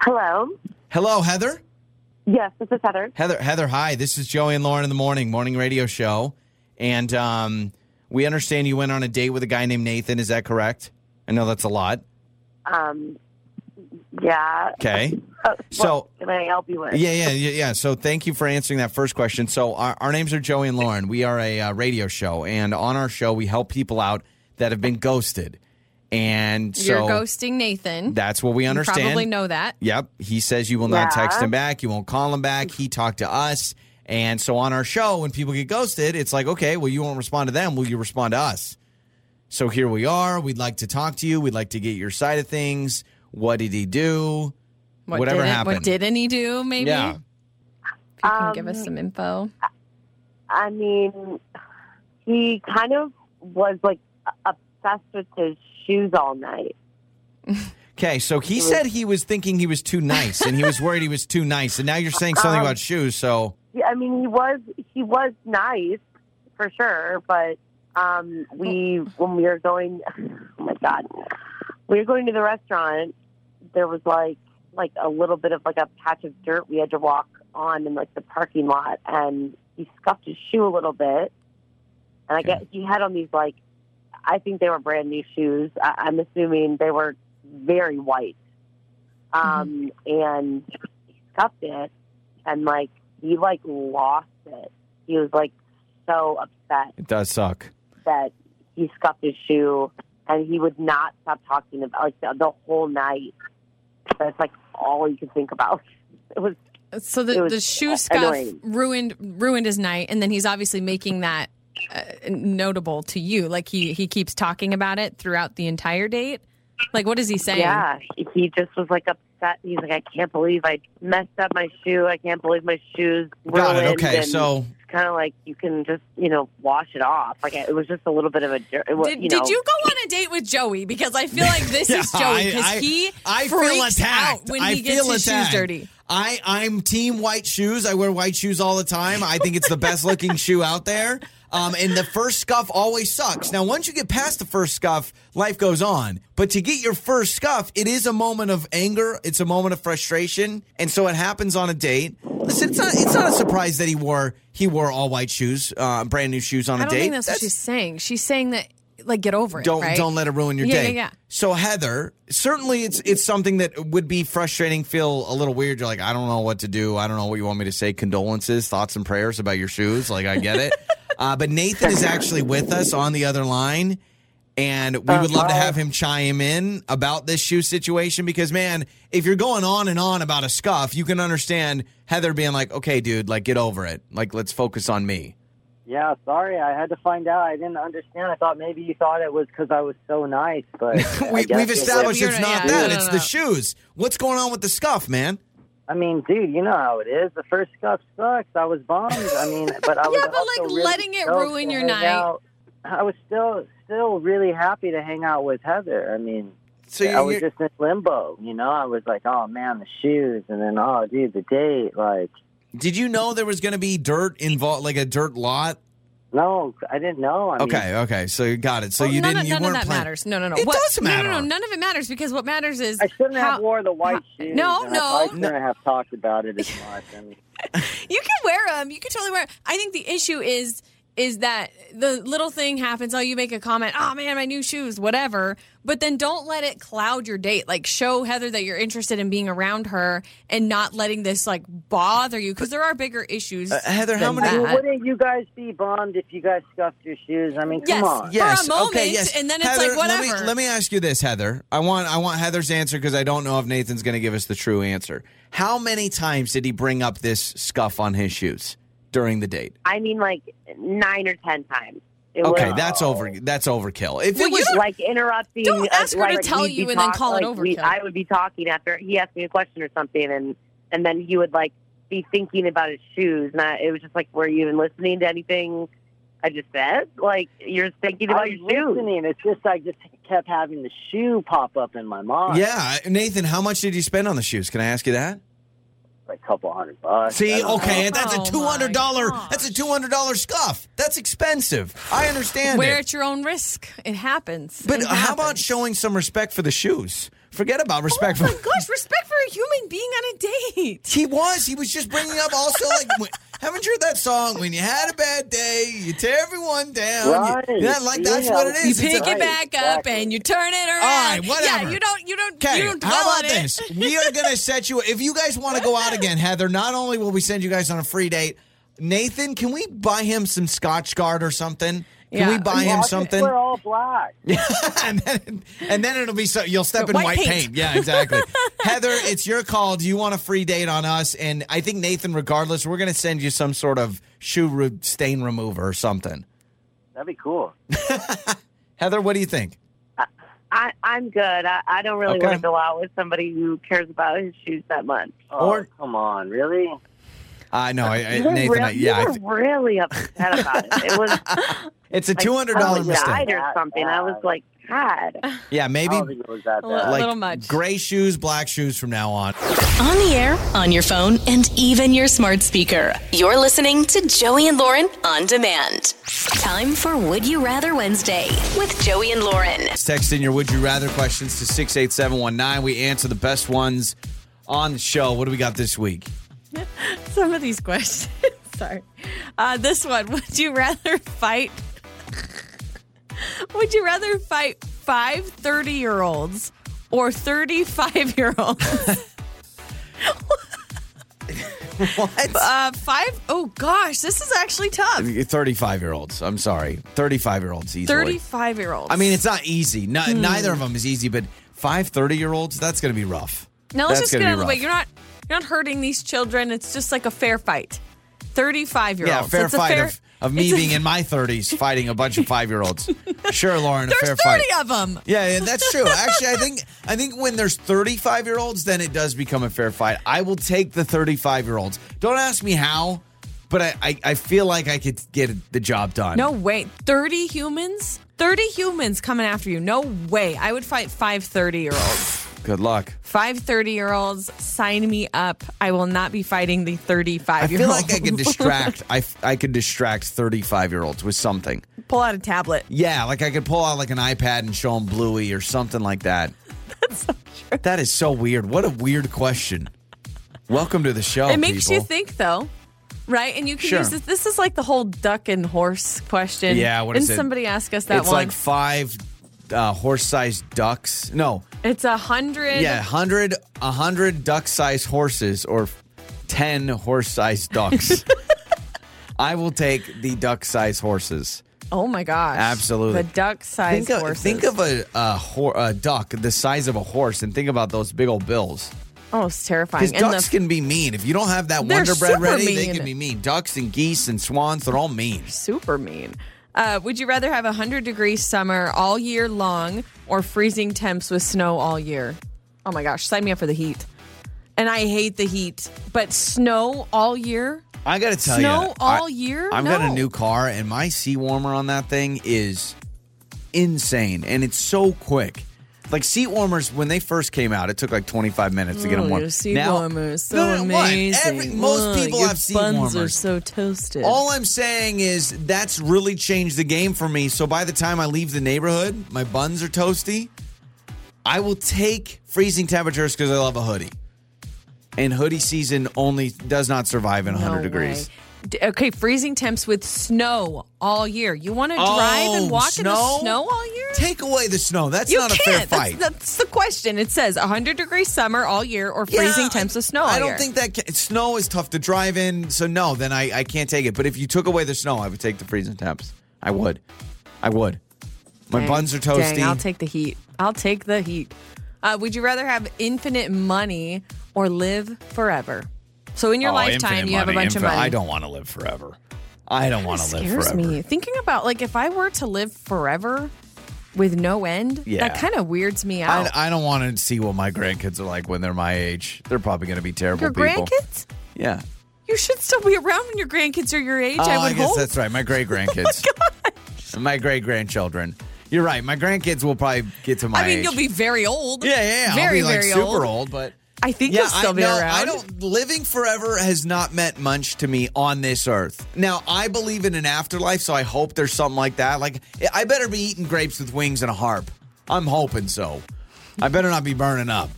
Speaker 6: Hello.
Speaker 2: Hello, Heather.
Speaker 6: Yes, this is Heather.
Speaker 2: Heather, Heather, hi. This is Joey and Lauren in the morning, morning radio show, and um, we understand you went on a date with a guy named Nathan. Is that correct? I know that's a lot.
Speaker 6: Um, yeah.
Speaker 2: Okay.
Speaker 6: Oh,
Speaker 2: So-
Speaker 6: what can I help you with?
Speaker 2: Yeah, yeah, yeah, yeah. So thank you for answering that first question. So our, our names are Joey and Lauren. We are a uh, radio show, and on our show, we help people out that have been ghosted. And so
Speaker 3: You're ghosting Nathan.
Speaker 2: that's what we
Speaker 3: You
Speaker 2: understand.
Speaker 3: Probably know that.
Speaker 2: Yep. He says you will not
Speaker 6: Yeah.
Speaker 2: text him back. You won't call him back. He talked to us. And so on our show, when people get ghosted, it's like, okay, well, you won't respond to them. Will you respond to us? So here we are. We'd like to talk to you. We'd like to get your side of things. What did he do? Whatever
Speaker 3: didn't,
Speaker 2: happened.
Speaker 3: What didn't he do? Maybe.
Speaker 2: Yeah.
Speaker 3: If you can give
Speaker 6: Um,
Speaker 3: us some info.
Speaker 6: I mean, he kind of was like obsessed with his shoes all night.
Speaker 2: Okay, so he said he was thinking he was too nice and he was worried he was too nice. And now you're saying something
Speaker 6: Um,
Speaker 2: about shoes. So,
Speaker 6: Yeah, I mean, he was he was nice for sure, but um, we when we were going, oh my god, we were going to the restaurant. There was like like a little bit of like a patch of dirt we had to walk on in like the parking lot, and he scuffed his shoe a little bit. And I guess he had on these like, I think they were brand new shoes. I- I'm assuming they were very white, um, and he scuffed it, and like he like lost it. He was like so upset
Speaker 2: it does suck.
Speaker 6: that he scuffed his shoe, and he would not stop talking about like the, the whole night. That's like all he could think about. It was
Speaker 3: So
Speaker 6: It
Speaker 3: the,
Speaker 6: was
Speaker 3: the shoe scuff
Speaker 6: annoying.
Speaker 3: ruined ruined his night, and then he's obviously making that uh, notable to you. Like he he keeps talking about it throughout the entire date. Like what is he saying?
Speaker 6: yeah. He just was like upset. He's like, I can't believe I messed up my shoe. I can't believe my shoes ruined.
Speaker 2: Got it. Okay,
Speaker 6: and
Speaker 2: so
Speaker 6: it's kind of like you can just you know wash it off. Like it was just a little bit of a. jer- It was,
Speaker 3: Did,
Speaker 6: you know,
Speaker 3: did you go on a date with Joey? Because I feel like this is
Speaker 2: Yeah,
Speaker 3: Joey
Speaker 2: I- I-
Speaker 3: because he
Speaker 2: I feel
Speaker 3: freaks
Speaker 2: attacked.
Speaker 3: out when
Speaker 2: I
Speaker 3: he gets
Speaker 2: feel
Speaker 3: his
Speaker 2: attacked.
Speaker 3: shoes dirty.
Speaker 2: I I'm team white shoes. I wear white shoes all the time. I think it's the best looking shoe out there. Um, and the first scuff always sucks. Now, once you get past the first scuff, life goes on. But to get your first scuff, it is a moment of anger. It's a moment of frustration, and so it happens on a date. Listen, it's not it's not a surprise that he wore he wore all white shoes, uh, brand new shoes on
Speaker 3: I
Speaker 2: a
Speaker 3: don't
Speaker 2: date.
Speaker 3: think that's, what
Speaker 2: That's-
Speaker 3: she's saying. She's saying that like get over it.
Speaker 2: don't
Speaker 3: right?
Speaker 2: don't let it ruin your
Speaker 3: Yeah,
Speaker 2: day.
Speaker 3: yeah, yeah.
Speaker 2: So Heather, certainly it's it's something that would be frustrating, feel a little weird. You're like, I don't know what to do. I don't know what you want me to say. Condolences, thoughts and prayers about your shoes. Like I get it. uh, but Nathan is actually with us on the other line. And we would love to have him chime in about this shoe situation because, man, if you're going on and on about a scuff, you can understand Heather being like, okay, dude, like, get over it. Like, let's focus on me.
Speaker 5: Yeah, sorry. I had to find out. I didn't understand. I thought maybe you thought it was because I was so nice, but I
Speaker 2: we,
Speaker 5: guess
Speaker 2: we've
Speaker 5: it was-
Speaker 2: established
Speaker 3: You're
Speaker 2: it's
Speaker 3: not-
Speaker 2: not
Speaker 3: yeah,
Speaker 2: that.
Speaker 3: no, no,
Speaker 2: it's
Speaker 3: no.
Speaker 2: the shoes. What's going on with the scuff, man?
Speaker 5: I mean, dude, you know how it is. The first cup sucks. I was bummed. I mean, but I was
Speaker 3: Yeah, but,
Speaker 5: also
Speaker 3: like,
Speaker 5: really
Speaker 3: letting it
Speaker 5: stoked
Speaker 3: ruin
Speaker 5: to
Speaker 3: your
Speaker 5: hang
Speaker 3: night.
Speaker 5: out. I was still still really happy to hang out with Heather. I mean,
Speaker 2: So
Speaker 5: I was
Speaker 2: you're-
Speaker 5: just in limbo. You know, I was like, oh man, the shoes, and then oh dude, the date. Like,
Speaker 2: did you know there was going to be dirt involved, like a dirt lot?
Speaker 5: no, I didn't know. I mean,
Speaker 2: Okay, okay. So you got it. So
Speaker 3: Well,
Speaker 2: you
Speaker 3: none
Speaker 2: didn't.
Speaker 3: Of,
Speaker 2: you
Speaker 3: none
Speaker 2: weren't
Speaker 3: of that
Speaker 2: playing.
Speaker 3: matters. No, no, no.
Speaker 2: It
Speaker 3: What-
Speaker 2: does matter.
Speaker 3: No, no, no. None of it matters because what matters is
Speaker 5: I shouldn't
Speaker 3: how,
Speaker 5: have wore the white
Speaker 3: how-
Speaker 5: shoes.
Speaker 3: No,
Speaker 5: and I probably
Speaker 3: no.
Speaker 5: shouldn't have talked about it as much. I mean,
Speaker 3: You can wear them. You can totally wear. 'em. I think the issue is is that the little thing happens. Oh, you make a comment. Oh man, my new shoes, whatever. But then don't let it cloud your date. Like show Heather that you're interested in being around her and not letting this like bother you because there are bigger issues.
Speaker 2: Uh, Heather, how
Speaker 3: than
Speaker 2: many-
Speaker 3: that.
Speaker 2: I-
Speaker 5: Wouldn't you guys be bummed if you guys scuffed your shoes? I mean, come
Speaker 3: Yes.
Speaker 5: on.
Speaker 2: Yes.
Speaker 3: a moment,
Speaker 2: okay. Yes.
Speaker 3: and then it's
Speaker 2: Heather,
Speaker 3: like,
Speaker 2: Let me,
Speaker 3: whatever.
Speaker 2: let me ask you this, Heather. I want I want Heather's answer because I don't know if Nathan's going to give us the true answer. How many times did he bring up this scuff on his shoes during the date?
Speaker 6: I mean, like nine or ten times. It
Speaker 2: Okay,
Speaker 6: was,
Speaker 2: that's over. That's overkill. If
Speaker 3: Well,
Speaker 2: it was
Speaker 3: you
Speaker 6: like interrupting. uh,
Speaker 3: Don't ask her to
Speaker 6: like,
Speaker 3: tell
Speaker 6: we'd be
Speaker 3: you and then call it
Speaker 6: like, we-
Speaker 3: overkill.
Speaker 6: I would be talking after he asked me a question or something, and and then he would like be thinking about his shoes. And I, it was just like, were you even listening to anything I just said? Like you're just thinking
Speaker 5: I
Speaker 6: about
Speaker 5: was
Speaker 6: your shoes.
Speaker 5: listening. It's just I just kept having the shoe pop up in my mind.
Speaker 2: yeah, Nathan, how much did you spend on the shoes? Can I ask you that?
Speaker 5: like a couple hundred bucks. I
Speaker 2: See,
Speaker 5: don't know.
Speaker 2: okay, and that's
Speaker 3: Oh,
Speaker 2: a two
Speaker 3: my
Speaker 2: hundred dollar. That's a
Speaker 3: gosh.
Speaker 2: two hundred dollar scuff. That's expensive. I understand.
Speaker 3: Wear
Speaker 2: it.
Speaker 3: at your own risk. It happens.
Speaker 2: But
Speaker 3: It
Speaker 2: how about
Speaker 3: happens.
Speaker 2: showing some respect for the shoes? Forget about
Speaker 3: Oh
Speaker 2: respect
Speaker 3: my
Speaker 2: for.
Speaker 3: gosh, respect for a human being on a date.
Speaker 2: He was. He was just bringing up also like. when- haven't you heard that song? When you had a bad day, you tear everyone down. You-
Speaker 5: Right.
Speaker 2: Yeah, like that's
Speaker 5: Yeah.
Speaker 2: what it
Speaker 3: You
Speaker 2: is. It's
Speaker 3: pick
Speaker 2: a-
Speaker 3: it back up
Speaker 5: exactly.
Speaker 3: and you turn it around.
Speaker 2: right,
Speaker 3: Yeah,
Speaker 2: whatever.
Speaker 3: you don't. You don't.
Speaker 2: Okay,
Speaker 3: You don't dwell
Speaker 2: how about
Speaker 3: on it.
Speaker 2: this? We are going to set you. If you guys want to go out again, Heather, not only will we send you guys on a free date, Nathan, can we buy him some Scotch Guard or something? Can
Speaker 3: Yeah.
Speaker 2: we buy
Speaker 5: Well,
Speaker 2: him
Speaker 5: I just
Speaker 2: something?
Speaker 5: We're all black.
Speaker 2: and, then, and then it'll be so you'll step in
Speaker 3: White
Speaker 2: white,
Speaker 3: paint.
Speaker 2: paint. Yeah, exactly. Heather, it's your call. Do you want a free date on us? And I think Nathan, regardless, we're going to send you some sort of shoe re- stain remover or something.
Speaker 5: That'd be cool.
Speaker 2: Heather, what do you think?
Speaker 6: I, I'm good. I, I don't really
Speaker 2: Okay.
Speaker 6: want to go out with somebody who cares about his shoes that much.
Speaker 5: Oh,
Speaker 2: Or-
Speaker 5: come on, really?
Speaker 2: I know, I, I,
Speaker 6: You were
Speaker 2: Nathan.
Speaker 6: real-
Speaker 2: I, yeah, I
Speaker 6: you were
Speaker 2: th-
Speaker 6: really upset about it. It was
Speaker 2: it's a
Speaker 6: like, oh,
Speaker 2: two hundred
Speaker 6: I
Speaker 2: dollar
Speaker 6: was
Speaker 2: mistake.
Speaker 6: died or something. I was like, God.
Speaker 2: Yeah,
Speaker 5: I
Speaker 2: maybe
Speaker 5: don't think it was that
Speaker 3: A
Speaker 5: bad.
Speaker 3: little-
Speaker 2: like
Speaker 3: much.
Speaker 2: gray shoes, black shoes from now on.
Speaker 1: On the air, on your phone, and even your smart speaker. You're listening to Joey and Lauren on demand. Time for Would You Rather Wednesday with Joey and Lauren.
Speaker 2: Text in your would you rather questions to six eight seven one nine. We answer the best ones on the show. What do we got this week?
Speaker 3: Some of these questions. Sorry. Uh, this one. Would you rather fight? would you rather fight five 30 year olds or 35 year olds?
Speaker 2: What?
Speaker 3: Uh, five. Oh gosh, this is actually tough.
Speaker 2: 35 year olds. I'm sorry. 35 year olds easily.
Speaker 3: 35 year olds.
Speaker 2: I mean, it's not easy. No,
Speaker 3: Hmm.
Speaker 2: Neither of them is easy, but five 30 year olds, that's going to be rough.
Speaker 3: Now
Speaker 2: That's
Speaker 3: let's just get
Speaker 2: gonna
Speaker 3: out of
Speaker 2: be
Speaker 3: the way.
Speaker 2: rough.
Speaker 3: You're not you're not hurting these children. It's just like a fair fight. Thirty five year
Speaker 2: Yeah,
Speaker 3: olds.
Speaker 2: fair
Speaker 3: it's
Speaker 2: fight
Speaker 3: a fair,
Speaker 2: of, of me
Speaker 3: it's a-
Speaker 2: being in my 30s fighting a bunch of five year olds. Sure, Lauren, a fair
Speaker 3: There's
Speaker 2: fight.
Speaker 3: thirty of them.
Speaker 2: Yeah, yeah, that's true. Actually, I think I think when there's 35 year olds, then it does become a fair fight. I will take the 35 year olds. Don't ask me how, but I, I, I feel like I could get the job done.
Speaker 3: No way. Thirty humans. Thirty humans coming after you. No way. I would fight five 30 year olds.
Speaker 2: Good luck.
Speaker 3: Five 30 year olds. Sign me up. I will not be fighting the thirty
Speaker 2: I
Speaker 3: five year
Speaker 2: feel
Speaker 3: olds.
Speaker 2: like I could distract. I, f- I could distract 35 year olds with something.
Speaker 3: pull out a tablet.
Speaker 2: Yeah, like I could pull out like an iPad and show them Bluey or something like that. That is so weird. What a weird question. Welcome to the show.
Speaker 3: it makes
Speaker 2: people.
Speaker 3: you think though. Right, and you can
Speaker 2: Sure.
Speaker 3: use this. This is like the whole duck and horse question.
Speaker 2: Yeah, what
Speaker 3: and
Speaker 2: is it?
Speaker 3: somebody asked us that
Speaker 2: it's
Speaker 3: one.
Speaker 2: like five uh, horse-sized ducks. No,
Speaker 3: it's a hundred.
Speaker 2: yeah, hundred, a hundred duck-sized horses or ten horse-sized ducks. I will take the duck-sized horses.
Speaker 3: Oh my gosh!
Speaker 2: Absolutely.
Speaker 3: the duck size
Speaker 2: Think of,
Speaker 3: horses.
Speaker 2: think of a, a, hor- a duck the size of a horse and think about those big old bills.
Speaker 3: oh, it's terrifying.
Speaker 2: Because
Speaker 3: And
Speaker 2: ducks
Speaker 3: the,
Speaker 2: can be mean. If you don't have that
Speaker 3: They're
Speaker 2: Wonder Bread
Speaker 3: super
Speaker 2: ready, they
Speaker 3: mean.
Speaker 2: can be mean. Ducks and geese and swans, they're all mean.
Speaker 3: super mean. Uh, would you rather have a hundred degree summer all year long or freezing temps with snow all year? Oh my gosh! Sign me up for the heat. And I hate the heat, but snow all year.
Speaker 2: I got to tell
Speaker 3: Snow
Speaker 2: you.
Speaker 3: all
Speaker 2: I,
Speaker 3: year?
Speaker 2: I've got
Speaker 3: No.
Speaker 2: a new car, and my seat warmer on that thing is insane. And it's so quick. Like seat warmers, when they first came out, it took like 25 minutes to get them warm.
Speaker 3: your seat
Speaker 2: Now-
Speaker 3: warmers so
Speaker 2: No, no, no, what?
Speaker 3: amazing.
Speaker 2: Every- most
Speaker 3: Look,
Speaker 2: people
Speaker 3: your
Speaker 2: have seat
Speaker 3: buns are
Speaker 2: warmers.
Speaker 3: so toasted.
Speaker 2: All I'm saying is that's really changed the game for me. So by the time I leave the neighborhood, my buns are toasty. I will take freezing temperatures because I love a hoodie. And hoodie season only does not survive in
Speaker 3: No
Speaker 2: 100 degrees.
Speaker 3: way. D- Okay, freezing temps with snow all year. You want to drive
Speaker 2: Oh,
Speaker 3: and walk in the
Speaker 2: snow?
Speaker 3: snow all year?
Speaker 2: Take away the snow. That's
Speaker 3: you
Speaker 2: not
Speaker 3: can't.
Speaker 2: a fair
Speaker 3: That's-
Speaker 2: fight.
Speaker 3: That's, the question. It says 100 degree summer all year or
Speaker 2: Yeah,
Speaker 3: freezing temps with snow all
Speaker 2: I don't
Speaker 3: year.
Speaker 2: think that ca snow is tough to drive in. So no, then I, I can't take it. But if you took away the snow, I would take the freezing temps. I would. I would. My
Speaker 3: Dang,
Speaker 2: buns are toasty.
Speaker 3: dang, I'll take the heat. I'll take the heat. Uh, would you rather have infinite money or live forever? So in your
Speaker 2: Oh,
Speaker 3: lifetime,
Speaker 2: infinite
Speaker 3: you have a
Speaker 2: money,
Speaker 3: bunch of
Speaker 2: infin-
Speaker 3: money.
Speaker 2: I don't want to live forever. I don't want to live
Speaker 3: scares
Speaker 2: forever.
Speaker 3: me. Thinking about like if I were to live forever with no end,
Speaker 2: Yeah.
Speaker 3: that kind of weirds me out.
Speaker 2: I, I don't want to see what my grandkids are like when they're my age. They're probably going to be terrible
Speaker 3: your
Speaker 2: people.
Speaker 3: grandkids?
Speaker 2: Yeah.
Speaker 3: You should still be around when your grandkids are your age.
Speaker 2: Oh,
Speaker 3: I would
Speaker 2: guess
Speaker 3: hope. Oh
Speaker 2: that's right. My great grandkids. And my great grandchildren. You're right. My grandkids will probably get to my
Speaker 3: I mean,
Speaker 2: age.
Speaker 3: you'll be very old.
Speaker 2: Yeah, yeah, yeah.
Speaker 3: Very,
Speaker 2: I'll be like
Speaker 3: very
Speaker 2: super
Speaker 3: old.
Speaker 2: old, but
Speaker 3: I think
Speaker 2: yeah,
Speaker 3: you'll still
Speaker 2: I,
Speaker 3: be
Speaker 2: no,
Speaker 3: around.
Speaker 2: I don't. Living forever has not meant much to me on this earth. Now, I believe in an afterlife, so I hope there's something like that. Like, I better be eating grapes with wings and a harp. I'm hoping so. I better not be burning up.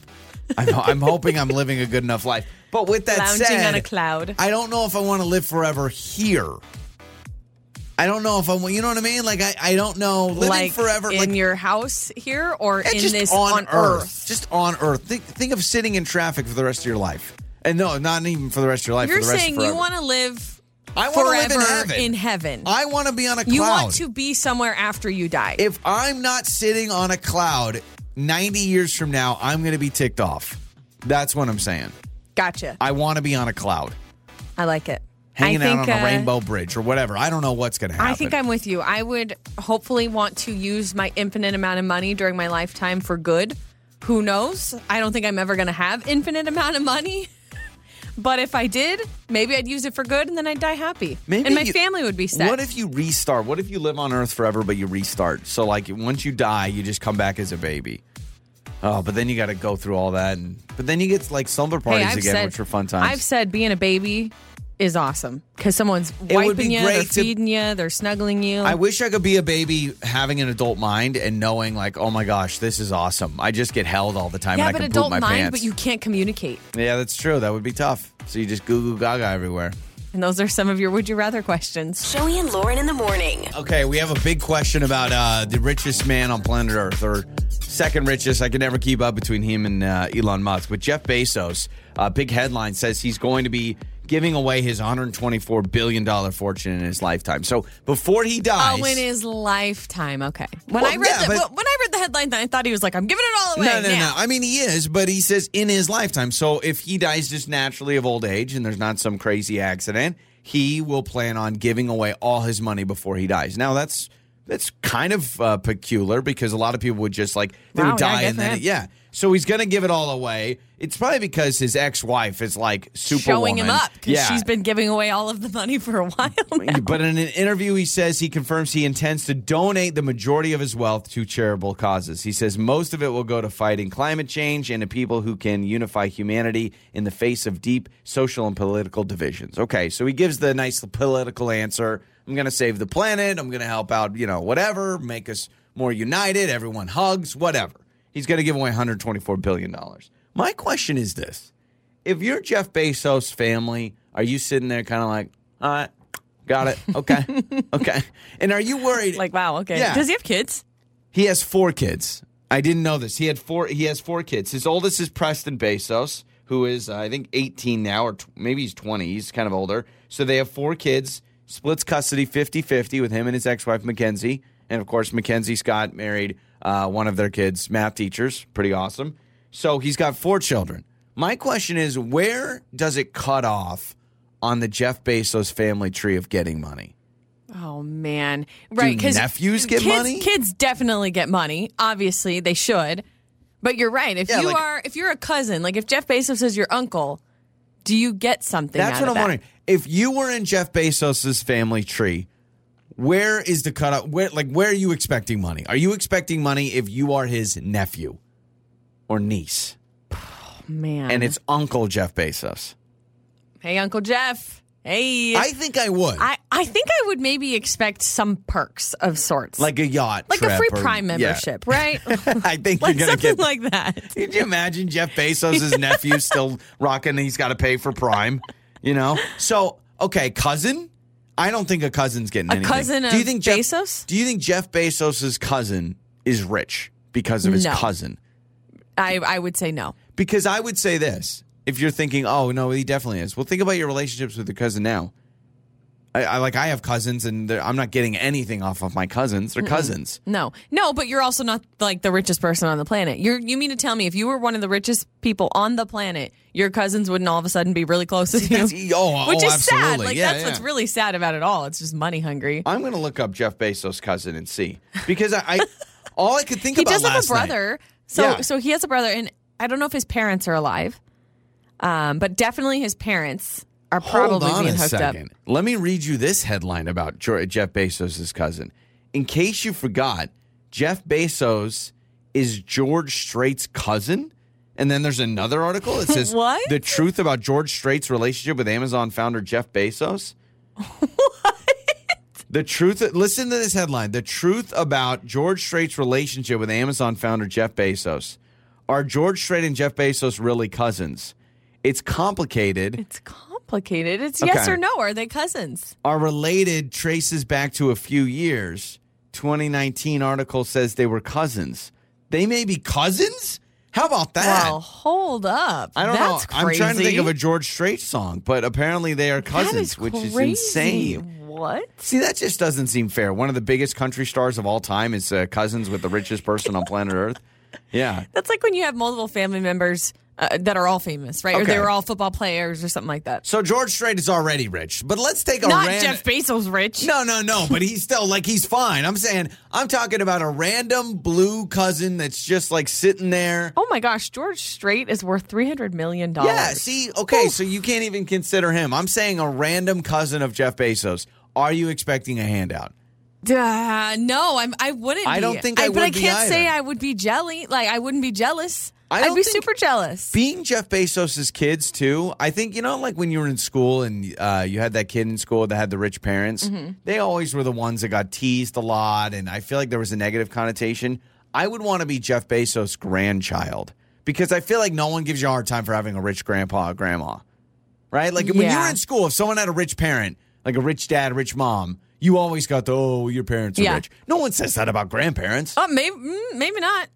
Speaker 2: I'm, I'm hoping I'm living a good enough life. But with that
Speaker 3: Lounging
Speaker 2: said,
Speaker 3: on a cloud.
Speaker 2: I don't know if I want to live forever here. I don't know if I want. You know what I mean? Like, I, I don't know. Living
Speaker 3: like
Speaker 2: forever,
Speaker 3: in
Speaker 2: like
Speaker 3: your house here or
Speaker 2: yeah,
Speaker 3: in
Speaker 2: just
Speaker 3: this
Speaker 2: on,
Speaker 3: on
Speaker 2: earth. Just on Earth. Think, think of sitting in traffic for the rest of your life. And no, not even for the rest of your life.
Speaker 3: You're
Speaker 2: for the rest
Speaker 3: saying
Speaker 2: of
Speaker 3: you
Speaker 2: forever.
Speaker 3: want to live
Speaker 2: I wanna live
Speaker 3: forever
Speaker 2: in heaven.
Speaker 3: heaven.
Speaker 2: I want to be on a cloud.
Speaker 3: you want to be somewhere after you die.
Speaker 2: If I'm not sitting on a cloud 90 years from now, I'm going to be ticked off. That's what I'm saying.
Speaker 3: gotcha. I,
Speaker 2: I want to be on a cloud,
Speaker 3: like it.
Speaker 2: hanging
Speaker 3: I think,
Speaker 2: out on a
Speaker 3: uh,
Speaker 2: rainbow bridge or whatever. I don't know what's going to happen.
Speaker 3: I think I'm with you. I would hopefully want to use my infinite amount of money during my lifetime for good. Who knows? I don't think I'm ever going to have infinite amount of money. But if I did, maybe I'd use it for good and then I'd die happy.
Speaker 2: Maybe
Speaker 3: and my
Speaker 2: you-
Speaker 3: family would be set.
Speaker 2: What if you restart? What if you live on Earth forever, but you restart? So, like, once you die, you just come back as a baby. Oh, but then you got to go through all that, and but then you get like slumber
Speaker 3: Hey,
Speaker 2: parties
Speaker 3: I've
Speaker 2: again,
Speaker 3: said-
Speaker 2: which are fun times.
Speaker 3: I've said being a baby is awesome because someone's
Speaker 2: It would be
Speaker 3: wiping you, they're
Speaker 2: great to-
Speaker 3: feeding you, they're snuggling you.
Speaker 2: I wish I could be a baby having an adult mind and knowing, like, oh my gosh, this is awesome. I just get held all the time
Speaker 3: yeah,
Speaker 2: and I
Speaker 3: but
Speaker 2: can
Speaker 3: adult
Speaker 2: poop my
Speaker 3: mind,
Speaker 2: pants.
Speaker 3: but you can't communicate.
Speaker 2: yeah, that's true. That would be tough. So you just goo goo gaga everywhere.
Speaker 3: And those are some of your would you rather questions.
Speaker 1: Joey and Lauren in the morning.
Speaker 2: Okay, we have a big question about uh, the richest man on planet Earth, or second richest. I can never keep up between him and uh, Elon Musk. But Jeff Bezos, uh, big headline says he's going to be giving away his 124 billion dollar fortune in his lifetime. So before he dies,
Speaker 3: Oh, in his lifetime. Okay. When
Speaker 2: Well,
Speaker 3: I read
Speaker 2: yeah,
Speaker 3: the
Speaker 2: but-
Speaker 3: well, when I read the headline, I thought he was like, "I'm giving it all away."
Speaker 2: no, no, no.
Speaker 3: now.
Speaker 2: I mean, he is, but he says in his lifetime. So if he dies just naturally of old age and there's not some crazy accident, he will plan on giving away all his money before he dies. Now that's that's kind of uh, peculiar because a lot of people would just like they
Speaker 3: Wow,
Speaker 2: would
Speaker 3: yeah,
Speaker 2: die
Speaker 3: good
Speaker 2: and
Speaker 3: for
Speaker 2: then
Speaker 3: him.
Speaker 2: yeah. So he's gonna give it all away. It's probably because his ex-wife is like super
Speaker 3: Showing him up because she's been giving away all of the money for a while. Now.
Speaker 2: But in an interview, he says he confirms he intends to donate the majority of his wealth to charitable causes. He says most of it will go to fighting climate change and to people who can unify humanity in the face of deep social and political divisions. Okay, so he gives the nice political answer I'm going to save the planet. I'm going to help out, you know, whatever, make us more united. Everyone hugs, whatever. He's going to give away $124 billion. My question is this if you're Jeff Bezos' family, are you sitting there kind of like, all right, got it, okay, okay? And are you worried?
Speaker 3: Like, wow. Okay.
Speaker 2: Yeah.
Speaker 3: Does he have kids?
Speaker 2: he has four kids. I didn't know this. He had four. He has four kids. His oldest is Preston Bezos, who is uh, I think 18 now, or t- maybe he's 20. He's kind of older. So they have four kids. Splits custody 50-50 with him and his ex-wife Mackenzie, and of course Mackenzie Scott married uh, one of their kids, math teachers. Pretty awesome. So he's got four children. My question is, where does it cut off on the Jeff Bezos family tree of getting money?
Speaker 3: Oh man. Right. Because
Speaker 2: nephews get
Speaker 3: kids,
Speaker 2: money?
Speaker 3: Kids definitely get money. Obviously, they should. But you're right. If
Speaker 2: Yeah,
Speaker 3: you
Speaker 2: like-
Speaker 3: are, if you're a cousin, like if Jeff Bezos is your uncle, do you get something?
Speaker 2: That's
Speaker 3: out
Speaker 2: what
Speaker 3: of
Speaker 2: I'm
Speaker 3: that?
Speaker 2: wondering. If you were in Jeff Bezos's family tree, where is the cutoff? Where, like, where are you expecting money? Are you expecting money if you are his nephew or niece,
Speaker 3: Man.
Speaker 2: and it's Uncle Jeff Bezos?
Speaker 3: hey, Uncle Jeff. Hey.
Speaker 2: I think I would,
Speaker 3: I, I think I would maybe expect some perks of sorts.
Speaker 2: like a yacht,
Speaker 3: like a
Speaker 2: trip
Speaker 3: free
Speaker 2: or-
Speaker 3: prime
Speaker 2: yeah.
Speaker 3: membership, right?
Speaker 2: I think
Speaker 3: like
Speaker 2: you're gonna
Speaker 3: something
Speaker 2: get.
Speaker 3: like that.
Speaker 2: Could you imagine Jeff Bezos' nephew still rocking? and He's got to pay for prime, you know. So okay, cousin. I don't think a cousin's getting
Speaker 3: A
Speaker 2: anything.
Speaker 3: cousin
Speaker 2: do you
Speaker 3: of
Speaker 2: think Jeff,
Speaker 3: Bezos?
Speaker 2: Do you think Jeff Bezos' cousin is rich because of his
Speaker 3: No.
Speaker 2: cousin?
Speaker 3: I, I would say no.
Speaker 2: Because I would say this: if you're thinking, "Oh no, he definitely is," well, think about your relationships with your cousin now. I, I like I have cousins, and they're- I'm not getting anything off of my cousins. They're cousins.
Speaker 3: No, no, but you're also not like the richest person on the planet. You're you mean to tell me if you were one of the richest people on the planet, your cousins wouldn't all of a sudden be really close to you?
Speaker 2: It's- oh,
Speaker 3: Which
Speaker 2: oh,
Speaker 3: is sad.
Speaker 2: absolutely.
Speaker 3: Like
Speaker 2: Yeah,
Speaker 3: that's what's
Speaker 2: yeah.
Speaker 3: really sad about it all. It's just money hungry.
Speaker 2: I'm going to look up Jeff Bezos' cousin and see because I, I all I could think
Speaker 3: He
Speaker 2: about.
Speaker 3: does have a
Speaker 2: last night-
Speaker 3: brother. So
Speaker 2: Yeah.
Speaker 3: so he has a brother, and I don't know if his parents are alive, um, but definitely his parents are
Speaker 2: Hold
Speaker 3: probably
Speaker 2: on
Speaker 3: being
Speaker 2: a
Speaker 3: hooked
Speaker 2: second.
Speaker 3: up.
Speaker 2: Let me read you this headline about Jo- Jeff Bezos' cousin. In case you forgot, Jeff Bezos is George Strait's cousin. And then there's another article that says
Speaker 3: What?
Speaker 2: the truth about George Strait's relationship with Amazon founder Jeff Bezos. The truth, listen to this headline. The truth about George Strait's relationship with Amazon founder Jeff Bezos. Are George Strait and Jeff Bezos really cousins? It's complicated.
Speaker 3: It's complicated. It's yes
Speaker 2: Okay.
Speaker 3: or no. Are they cousins?
Speaker 2: Are related traces back to a few years. 2019 article says they were cousins. They may be cousins? How about that?
Speaker 3: Well, hold up.
Speaker 2: Ah. I don't
Speaker 3: That's
Speaker 2: know. I'm trying to think
Speaker 3: crazy.
Speaker 2: of a George Strait song, but apparently they are
Speaker 3: That
Speaker 2: cousins,
Speaker 3: is
Speaker 2: which is
Speaker 3: crazy.
Speaker 2: insane.
Speaker 3: What?
Speaker 2: See, that just doesn't seem fair. One of the biggest country stars of all time is uh, cousins with the richest person on planet Earth. Yeah.
Speaker 3: That's like when you have multiple family members uh, that are all famous, right? Or
Speaker 2: Okay.
Speaker 3: they were all football players or something like that.
Speaker 2: So George Strait is already rich, but let's take a
Speaker 3: Not
Speaker 2: ran-
Speaker 3: Jeff Bezos rich.
Speaker 2: No, no, no, but he's still like he's fine. I'm saying I'm talking about a random blue cousin that's just like sitting there.
Speaker 3: Oh my gosh, George Strait is worth three hundred million dollars.
Speaker 2: Yeah, see, okay, so you can't even consider him. I'm saying a random cousin of Jeff Bezos. Are you expecting a handout?
Speaker 3: Duh, no, I'm. I wouldn't.
Speaker 2: I
Speaker 3: be.
Speaker 2: don't think I
Speaker 3: But I
Speaker 2: would be
Speaker 3: can't say
Speaker 2: either.
Speaker 3: I would be jelly. Like I wouldn't be jealous.
Speaker 2: I
Speaker 3: I'd
Speaker 2: don't
Speaker 3: be
Speaker 2: think-
Speaker 3: super jealous.
Speaker 2: being Jeff Bezos's kids too, I think you know, like when you were in school and uh, you had that kid in school that had the rich parents,
Speaker 3: Mm-hmm.
Speaker 2: they always were the ones that got teased a lot, and I feel like there was a negative connotation. I would want to be Jeff Bezos' grandchild because I feel like no one gives you a hard time for having a rich grandpa or grandma, right? Like when you were
Speaker 3: Yeah.
Speaker 2: in school, if someone had a rich parent, like a rich dad, a rich mom, you always got the oh, your parents are
Speaker 3: Yeah.
Speaker 2: rich. No one says that about grandparents.
Speaker 3: Oh, maybe, mm, maybe not.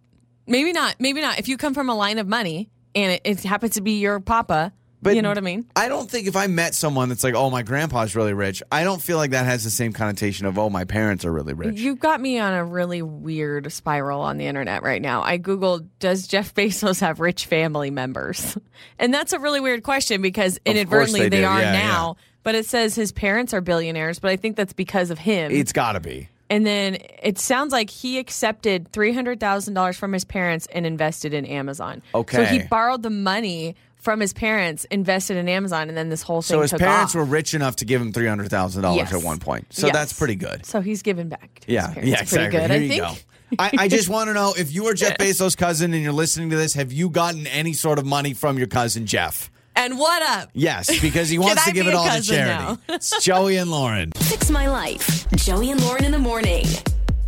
Speaker 3: Maybe not. Maybe not. If you come from a line of money and it, it happens to be your papa, you know what I mean.
Speaker 2: I don't think if I met someone that's like, oh, my grandpa's really rich, I don't feel like that has the same connotation of, oh, my parents are really rich.
Speaker 3: You got me on a really weird spiral on the internet right now. I Googled, does Jeff Bezos have rich family members? And that's a really weird question because inadvertently
Speaker 2: they
Speaker 3: they,
Speaker 2: do.
Speaker 3: are
Speaker 2: Yeah,
Speaker 3: now. But it says his parents are billionaires, but I think that's because of him.
Speaker 2: it's got to be.
Speaker 3: and then it sounds like he accepted $300,000 from his parents and invested in Amazon. So he
Speaker 2: Okay.
Speaker 3: borrowed the money from his parents, invested in Amazon, and then this whole thing
Speaker 2: So his
Speaker 3: took
Speaker 2: parents
Speaker 3: off.
Speaker 2: were rich enough to give him $300,000
Speaker 3: Yes.
Speaker 2: at one point. So
Speaker 3: Yes.
Speaker 2: that's pretty good.
Speaker 3: So he's given back to his
Speaker 2: Yeah,
Speaker 3: parents.
Speaker 2: yeah,
Speaker 3: Pretty
Speaker 2: exactly.
Speaker 3: good,
Speaker 2: Here
Speaker 3: I
Speaker 2: you
Speaker 3: think.
Speaker 2: go. I, I just want to know if you are Jeff Bezos' cousin and you're listening to this, have you gotten any sort of money from your cousin Jeff?
Speaker 3: And what up?
Speaker 2: Yes, because he wants
Speaker 3: I
Speaker 2: to give
Speaker 3: be
Speaker 2: it
Speaker 3: a
Speaker 2: all to
Speaker 3: cousin
Speaker 2: charity. it's Joey and Lauren.
Speaker 1: Fix My Life. Joey and Lauren in the morning.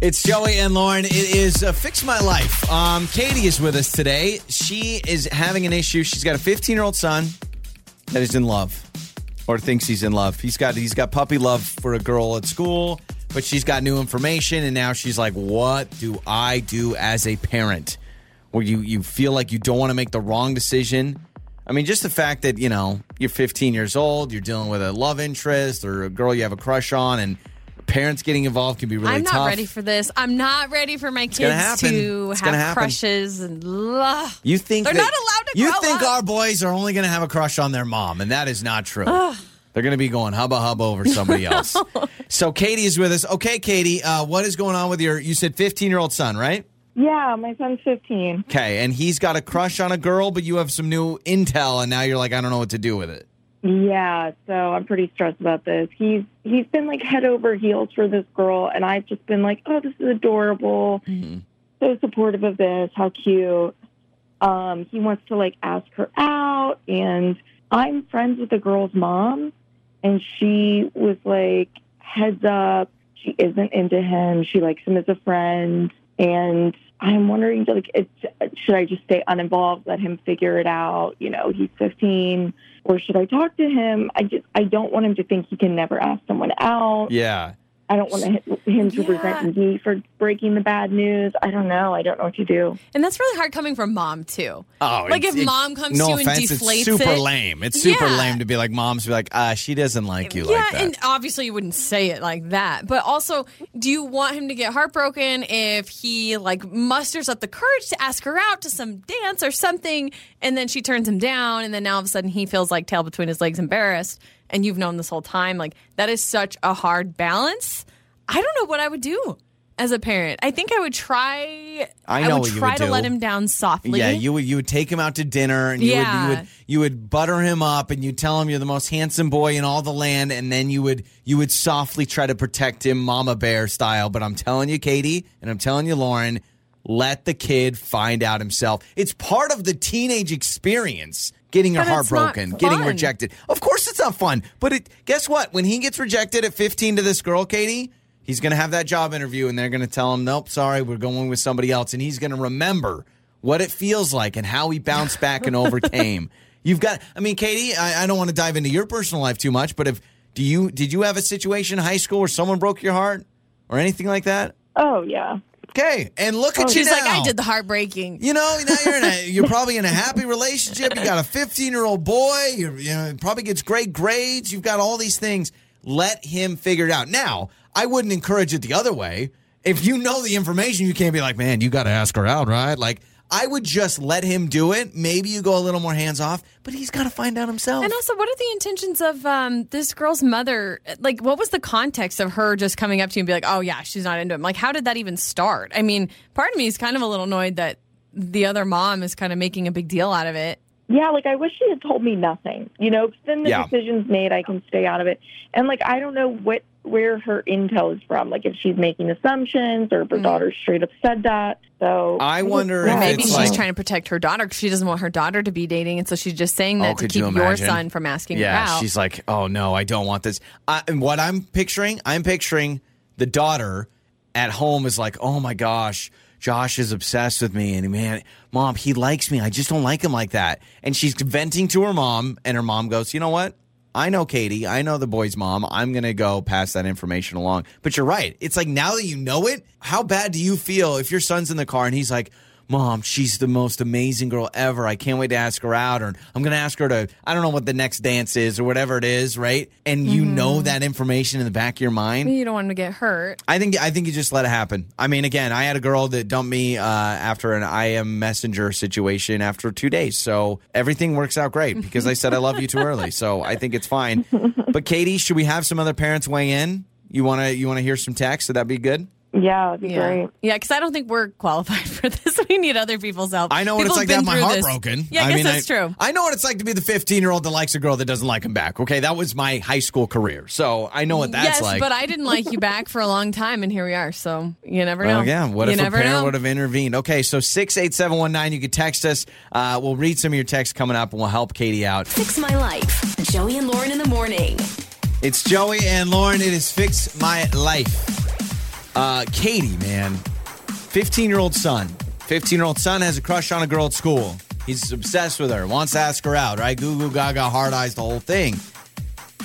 Speaker 2: It's Joey and Lauren. It is uh, Fix My Life. Um, Katie is with us today. She is having an issue. She's got a 15 year old son that is in love or thinks he's in love. He's got he's got puppy love for a girl at school, but she's got new information and now she's like, "What do I do as a parent?" Where you you feel like you don't want to make the wrong decision. I mean, just the fact that, you know, you're 15 years old, you're dealing with a love interest or a girl you have a crush on and parents getting involved can be really
Speaker 3: I'm not
Speaker 2: tough.
Speaker 3: ready for this. I'm not ready for my
Speaker 2: gonna
Speaker 3: kids
Speaker 2: happen.
Speaker 3: to
Speaker 2: It's gonna
Speaker 3: have
Speaker 2: happen.
Speaker 3: crushes and love.
Speaker 2: You think
Speaker 3: They're
Speaker 2: that-
Speaker 3: not allowed to
Speaker 2: You
Speaker 3: grow
Speaker 2: think
Speaker 3: up.
Speaker 2: our boys are only going to have a crush on their mom, and that is not true. They're going to be going hubba hubba over somebody else. So Katie is with us. Okay, Katie, uh, what is going on with your? You said fifteen year old son, right?
Speaker 7: Yeah, my son's 15.
Speaker 2: Okay, and he's got a crush on a girl, but you have some new intel, and now you're like, I don't know what to do with it.
Speaker 7: Yeah, so I'm pretty stressed about this. He's he's been like head over heels for this girl, and I've just been like, oh, this is adorable,
Speaker 3: Mm-hmm.
Speaker 7: so supportive of this, how cute. Um, he wants to like ask her out, and I'm friends with the girl's mom, and she was like, heads up, she isn't into him. She likes him as a friend, and I'm wondering, like, it, should I just stay uninvolved, let him figure it out? You know, he's 15, or should I talk to him? I just, I don't want him to think he can never ask someone out.
Speaker 2: Yeah.
Speaker 7: I don't want to, him to
Speaker 3: Yeah.
Speaker 7: resent me for breaking the bad news. I don't know. I don't know what to do.
Speaker 3: And that's really hard coming from mom too.
Speaker 2: Oh,
Speaker 3: like
Speaker 2: it's-
Speaker 3: if
Speaker 2: it-
Speaker 3: mom comes
Speaker 2: no
Speaker 3: to you and
Speaker 2: offense,
Speaker 3: deflates
Speaker 2: it's super
Speaker 3: it.
Speaker 2: lame. It's super
Speaker 3: Yeah.
Speaker 2: lame to be like moms be like, ah, she doesn't like you
Speaker 3: yeah,
Speaker 2: like that.
Speaker 3: and obviously you wouldn't say it like that. But also, do you want him to get heartbroken if he like musters up the courage to ask her out to some dance or something, and then she turns him down, and then now all of a sudden he feels like tail between his legs, embarrassed, and you've known this whole time. Like that is such a hard balance. I don't know what I would do as a parent. I think I would try.
Speaker 2: I know
Speaker 3: would
Speaker 2: what you would
Speaker 3: try to
Speaker 2: do.
Speaker 3: let him down softly.
Speaker 2: Yeah, you would you would take him out to dinner and you
Speaker 3: Yeah.
Speaker 2: would you would you would butter him up and you tell him you're the most handsome boy in all the land and then you would you would softly try to protect him mama bear style, but I'm telling you Katie and I'm telling you Lauren, let the kid find out himself. It's part of the teenage experience. Getting your
Speaker 3: But
Speaker 2: heart
Speaker 3: it's not
Speaker 2: broken, getting
Speaker 3: fun.
Speaker 2: rejected. Of course it's not fun, but it guess what? When he gets rejected at 15 to this girl, Katie, He's going to have that job interview and they're going to tell him, nope, sorry, we're going with somebody else. And he's going to remember what it feels like and how he bounced back and overcame. You've got, I mean, Katie, I, I don't want to dive into your personal life too much, but if, do you, did you have a situation in high school where someone broke your heart or anything like that?
Speaker 7: Oh, yeah.
Speaker 2: Okay. And look at you
Speaker 3: Oh, She's like,
Speaker 2: now.
Speaker 3: I did the heartbreaking.
Speaker 2: You know, now you're in a, you're probably in a happy relationship. You got a 15 year old boy. You're, you know, probably gets great grades. You've got all these things. Let him figure it out. Now, I wouldn't encourage it the other way. If you know the information, you can't be like, man, you got to ask her out, right? Like, I would just let him do it. Maybe you go a little more hands off, but he's got to find out himself.
Speaker 3: And also, what are the intentions of um, this girl's mother? Like, what was the context of her just coming up to you and be like, "Oh yeah, she's not into him"? Like, how did that even start? I mean, part of me is kind of a little annoyed that the other mom is kind of making a big deal out of it.
Speaker 7: Yeah, like I wish she had told me nothing, you know, 'cause then the
Speaker 2: Yeah.
Speaker 7: decision's made, I can stay out of it. And like I don't know what where her intel is from, like if she's making assumptions or if her daughter straight up said that. So
Speaker 2: I wonder
Speaker 7: Yeah.
Speaker 2: if
Speaker 3: Maybe
Speaker 2: it's
Speaker 3: she's
Speaker 2: like-
Speaker 3: trying to protect her daughter because she doesn't want her daughter to be dating, and so she's just saying that
Speaker 2: Oh,
Speaker 3: to
Speaker 2: could
Speaker 3: keep
Speaker 2: you
Speaker 3: your
Speaker 2: imagine?
Speaker 3: son from asking
Speaker 2: yeah,
Speaker 3: her out.
Speaker 2: she's like, oh no, I don't want this. I, and what I'm picturing, I'm picturing the daughter at home is like, oh my gosh, Josh is obsessed with me, and man, mom, he likes me. I just don't like him like that. And she's venting to her mom, and her mom goes, you know what? I know Katie. I know the boy's mom. I'm going to go pass that information along. But you're right. It's like now that you know it, how bad do you feel if your son's in the car and he's like, Mom, she's the most amazing girl ever. I can't wait to ask her out, or I'm going to ask her to, I don't know what the next dance is or whatever it is, right? And you know that information in the back of your mind.
Speaker 3: you don't want him to get hurt.
Speaker 2: I think I think you just let it happen. I mean, again, I had a girl that dumped me uh, after an I am messenger situation after two days, so everything works out great because I said I love you too early. So I think it's fine. But Katie, should we have some other parents weigh in? You wanna you wanna hear some text? Would that be good?
Speaker 7: yeah, that'd be
Speaker 3: Yeah,
Speaker 7: great.
Speaker 3: yeah, because I don't think we're qualified for this. We need other people's help.
Speaker 2: I know what
Speaker 3: People
Speaker 2: it's like to
Speaker 3: have
Speaker 2: have
Speaker 3: been
Speaker 2: my
Speaker 3: through
Speaker 2: heart
Speaker 3: this.
Speaker 2: broken.
Speaker 3: Yeah, I,
Speaker 2: I
Speaker 3: guess
Speaker 2: mean,
Speaker 3: that's true.
Speaker 2: I know what it's like to be the 15 year old that likes a girl that doesn't like him back. Okay, that was my high school career, so I know what that's
Speaker 3: yes,
Speaker 2: like.
Speaker 3: but I didn't like you back for a long time, and here we are. So you never
Speaker 2: Well,
Speaker 3: know.
Speaker 2: yeah. What
Speaker 3: you
Speaker 2: if a
Speaker 3: never
Speaker 2: parent
Speaker 3: know.
Speaker 2: would have intervened? Okay, so six eight seven one nine. You could text us. Uh, we'll read some of your texts coming up, and we'll help Katie out.
Speaker 1: Fix My Life. Joey and Lauren in the morning.
Speaker 2: It's Joey and Lauren. It is fix my life. Uh, Katie, man, fifteen year old son. Fifteen year old son has a crush on a girl at school. He's obsessed with her. Wants to ask her out. Right? Goo goo gaga, hard eyes, the whole thing.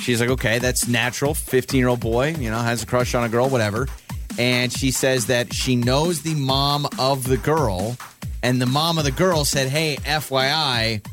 Speaker 2: She's like, okay, that's natural. 15 year old boy, you know, has a crush on a girl, whatever. And she says that she knows the mom of the girl, and the mom of the girl said, hey, FYI,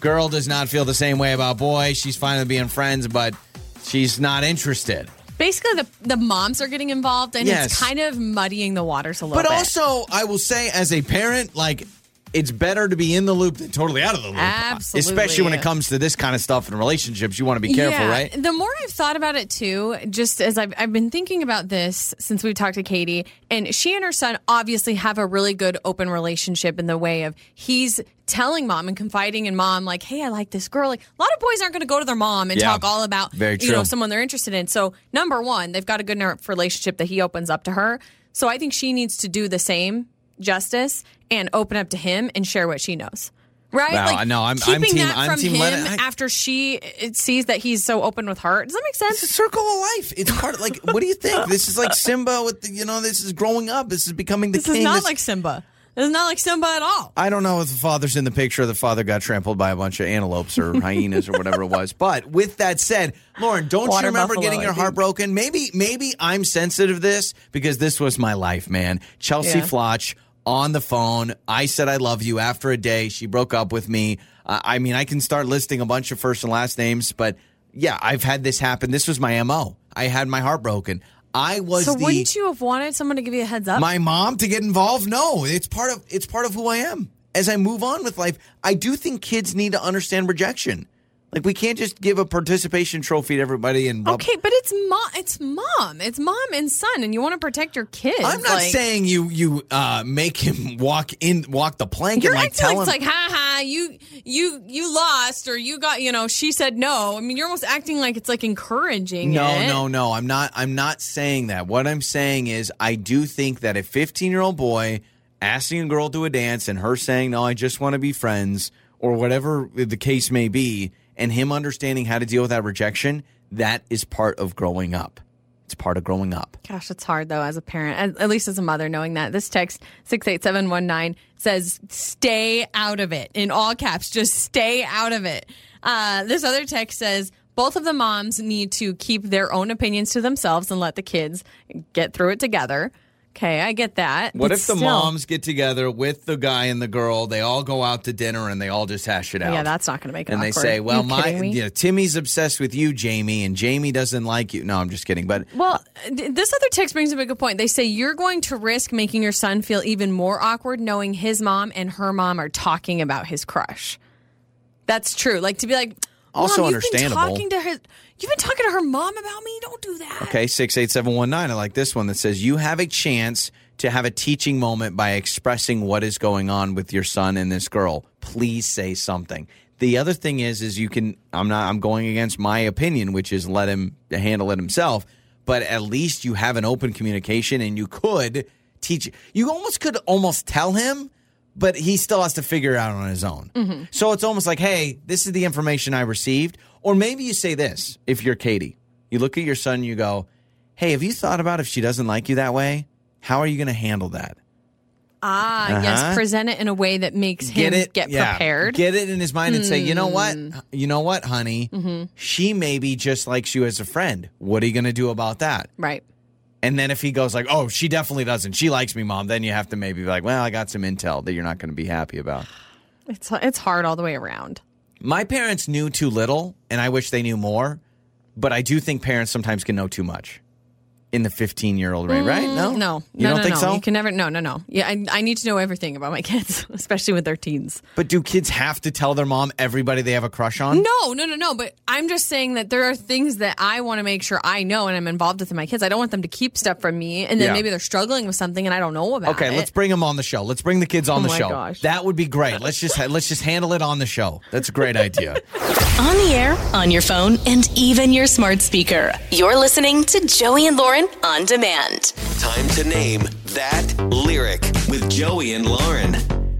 Speaker 2: girl does not feel the same way about boy. She's fine with being friends, but she's not interested.
Speaker 3: Basically, the the moms are getting involved, and
Speaker 2: Yes.
Speaker 3: it's kind of muddying the waters a little
Speaker 2: But
Speaker 3: bit.
Speaker 2: also, I will say, as a parent, like, it's better to be in the loop than totally out of the loop.
Speaker 3: Absolutely.
Speaker 2: Especially when it comes to this kind of stuff in relationships. You want to be careful,
Speaker 3: yeah.
Speaker 2: right?
Speaker 3: The more I've thought about it too, just as I've, I've been thinking about this since we talked to Katie, and she and her son obviously have a really good open relationship in the way of he's telling mom and confiding in mom, like, hey, I like this girl. Like, a lot of boys aren't going to go to their mom and
Speaker 2: Yeah.
Speaker 3: talk all about,
Speaker 2: Very
Speaker 3: you know,
Speaker 2: true.
Speaker 3: someone they're interested in. So, number one, they've got a good enough relationship that he opens up to her. So, I think she needs to do the same justice and open up to him and share what she knows. Right?
Speaker 2: Wow,
Speaker 3: like,
Speaker 2: no, I'm- I'm
Speaker 3: keeping
Speaker 2: team-
Speaker 3: that
Speaker 2: I'm
Speaker 3: from
Speaker 2: team
Speaker 3: him
Speaker 2: Lennon. I-
Speaker 3: after she it sees that he's so open with her. Does that make
Speaker 2: It's a
Speaker 3: sense?
Speaker 2: circle of life. It's part of, like, what do you think? This is like Simba with the, you know, this is growing up. This is becoming the
Speaker 3: This
Speaker 2: king.
Speaker 3: is not
Speaker 2: This-
Speaker 3: like Simba. It's not like Simba at all.
Speaker 2: I don't know if the father's in the picture or the father got trampled by a bunch of antelopes or hyenas or whatever it was. But with that said, Lauren, don't
Speaker 3: Water
Speaker 2: you remember
Speaker 3: buffalo,
Speaker 2: getting
Speaker 3: I
Speaker 2: your heart
Speaker 3: think.
Speaker 2: broken? Maybe maybe I'm sensitive to this because this was my life, man. Chelsea
Speaker 3: Yeah.
Speaker 2: Flotch on the phone. I said I love you after a day. She broke up with me. Uh, I mean, I can start listing a bunch of first and last names, but yeah, I've had this happen. This was my MO. I had my heart broken. I was
Speaker 3: So
Speaker 2: the
Speaker 3: wouldn't you have wanted someone to give you a heads up?
Speaker 2: my mom to get involved no it's part of it's part of who i am as i move on with life i do think kids need to understand rejection like we can't just give a participation trophy to everybody and
Speaker 3: okay, but it's mom. It's mom. It's mom and son, and you want to protect your kids.
Speaker 2: i'm not
Speaker 3: like-
Speaker 2: saying you you uh make him walk in walk the plank
Speaker 3: You're
Speaker 2: and like
Speaker 3: acting like
Speaker 2: tell him
Speaker 3: it's like, ha ha, you you you lost or you got, you know, she said no. I mean, you're almost acting like it's like encouraging.
Speaker 2: no
Speaker 3: it.
Speaker 2: no no i'm not i'm not saying that what i'm saying is i do think that a 15 year old boy asking a girl to a dance and her saying no i just want to be friends or whatever the case may be and him understanding how to deal with that rejection that is part of growing up it's part of growing up
Speaker 3: Gosh, it's hard though as a parent, at, at least as a mother, knowing that. This text six eight seven one nine says, "Stay out of it." In all caps, just stay out of it. Uh, this other text says, "Both of the moms need to keep their own opinions to themselves and let the kids get through it together." Okay, I get that.
Speaker 2: what
Speaker 3: but
Speaker 2: if the
Speaker 3: still-
Speaker 2: moms get together with the guy and the girl they all go out to dinner and they all just hash it out
Speaker 3: Yeah, that's not going to make it.
Speaker 2: and they
Speaker 3: awkward.
Speaker 2: say,
Speaker 3: You
Speaker 2: "Well, my
Speaker 3: kidding me?
Speaker 2: you know, Timmy's obsessed with you, Jamie, and Jamie doesn't like you." No, I'm just kidding. But
Speaker 3: Well, th- this other text brings up a good point. They say you're going to risk making your son feel even more awkward knowing his mom and her mom are talking about his crush. That's true. Like to be like,
Speaker 2: Also
Speaker 3: "Mom,
Speaker 2: understandable.
Speaker 3: You've been talking to her. You've been talking to her mom about me. Don't do that.
Speaker 2: Okay, 68719. I like this one that says, You have a chance to have a teaching moment by expressing what is going on with your son and this girl. Please say something. The other thing is, is you can, I'm not, I'm going against my opinion, which is let him handle it himself, but at least you have an open communication and you could teach, you almost could almost tell him, but he still has to figure it out on his own.
Speaker 3: Mm-hmm.
Speaker 2: So it's almost like, hey, this is the information I received. Or maybe you say this if you're Katie, you look at your son and you go, hey, have you thought about if she doesn't like you that way? How are you going to handle that?
Speaker 3: Ah, yes.
Speaker 2: Uh-huh.
Speaker 3: Present it in a way that makes him get
Speaker 2: yeah,
Speaker 3: prepared. Hmm.
Speaker 2: Get it in his mind and say, you know what? You know what, honey?
Speaker 3: Mm-hmm.
Speaker 2: She maybe just likes you as a friend. What are you going to do about that?
Speaker 3: right.
Speaker 2: And then if he goes like, oh, she definitely doesn't. She likes me, mom. Then you have to maybe be like, well, I got some intel that you're not going to be happy about.
Speaker 3: It's it's hard all the way around.
Speaker 2: My parents knew too little, and I wish they knew more. But I do think parents sometimes can know too much in the 15 year old range, right? No,
Speaker 3: Mm, No,
Speaker 2: you
Speaker 3: no,
Speaker 2: don't
Speaker 3: no,
Speaker 2: think
Speaker 3: no.
Speaker 2: so.
Speaker 3: You can never. No, no, no. Yeah, I, I need to know everything about my kids, especially with their teens.
Speaker 2: But do kids have to tell their mom everybody they have a crush on?
Speaker 3: No, no, no, no. But I'm just saying that there are things that I want to make sure I know and I'm involved with in my kids. I don't want them to keep stuff from me, and then
Speaker 2: Yeah.
Speaker 3: maybe they're struggling with something and I don't know about.
Speaker 2: Okay,
Speaker 3: it.
Speaker 2: let's bring them on the show. Let's bring the kids on
Speaker 3: Oh
Speaker 2: the
Speaker 3: my
Speaker 2: show.
Speaker 3: gosh.
Speaker 2: That would be great. Let's just let's just handle it on the show. That's a great idea.
Speaker 1: On the air, on your phone, and even your smart speaker. You're listening to Joey and Lauren on demand.
Speaker 4: Time to name that lyric with Joey and Lauren.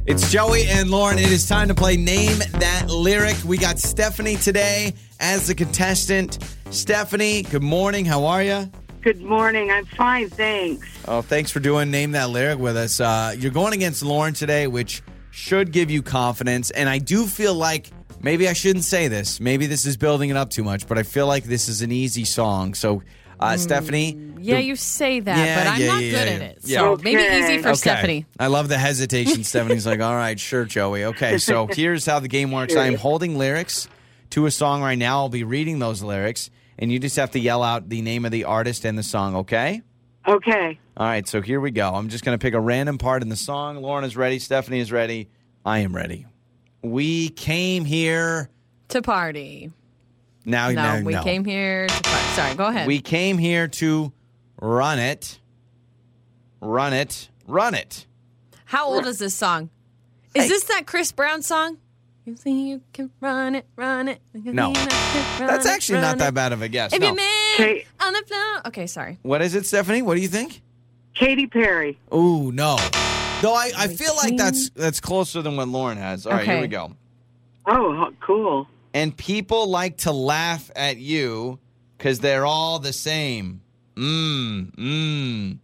Speaker 2: It's Joey and Lauren. It is time to play Name That Lyric. We got Stephanie today as the contestant. Stephanie, good morning. How are you?
Speaker 8: Good morning. I'm fine, thanks.
Speaker 2: Oh, thanks for doing Name That Lyric with us. Uh, you're going against Lauren today, which should give you confidence. And I do feel like maybe I shouldn't say this. Maybe this is building it up too much, but I feel like this is an easy song. So, uh, Stephanie.
Speaker 3: Yeah,
Speaker 2: the-
Speaker 3: you say that,
Speaker 2: Yeah,
Speaker 3: but I'm
Speaker 2: yeah,
Speaker 3: not
Speaker 2: yeah,
Speaker 3: good
Speaker 2: yeah,
Speaker 3: at it.
Speaker 2: yeah.
Speaker 3: So
Speaker 8: Okay.
Speaker 3: maybe easy for
Speaker 2: Okay.
Speaker 3: Stephanie.
Speaker 2: I love the hesitation. Stephanie's like, all right, sure, Joey. Okay, so here's how the game works. I am holding lyrics to a song right now. I'll be reading those lyrics, and you just have to yell out the name of the artist and the song, okay?
Speaker 8: Okay.
Speaker 2: All right, so here we go. I'm just going to pick a random part in the song. Lauren is ready. Stephanie is ready. I am ready. We came here.
Speaker 3: To party.
Speaker 2: Now,
Speaker 3: No,
Speaker 2: now
Speaker 3: we
Speaker 2: no.
Speaker 3: came here to party. Sorry, go ahead.
Speaker 2: We came here to run it. Run it. Run it.
Speaker 3: How old is this song? Is this that Chris Brown song? You think you can run it, run it. you think
Speaker 2: No.
Speaker 3: you can run
Speaker 2: That's
Speaker 3: it,
Speaker 2: actually
Speaker 3: run
Speaker 2: not that
Speaker 3: it.
Speaker 2: bad of a guess.
Speaker 3: If
Speaker 2: No.
Speaker 3: you man
Speaker 8: Okay.
Speaker 3: on the floor. Okay, sorry.
Speaker 2: What is it, Stephanie? What do you think?
Speaker 8: Katy Perry.
Speaker 2: Ooh, no. Though I, I feel like that's that's closer than what Lauren has. All right, here
Speaker 3: Okay.
Speaker 2: we go.
Speaker 8: Oh, ho- cool.
Speaker 2: And people like to laugh at you because they're all the same. Mm, Mmm, mmm.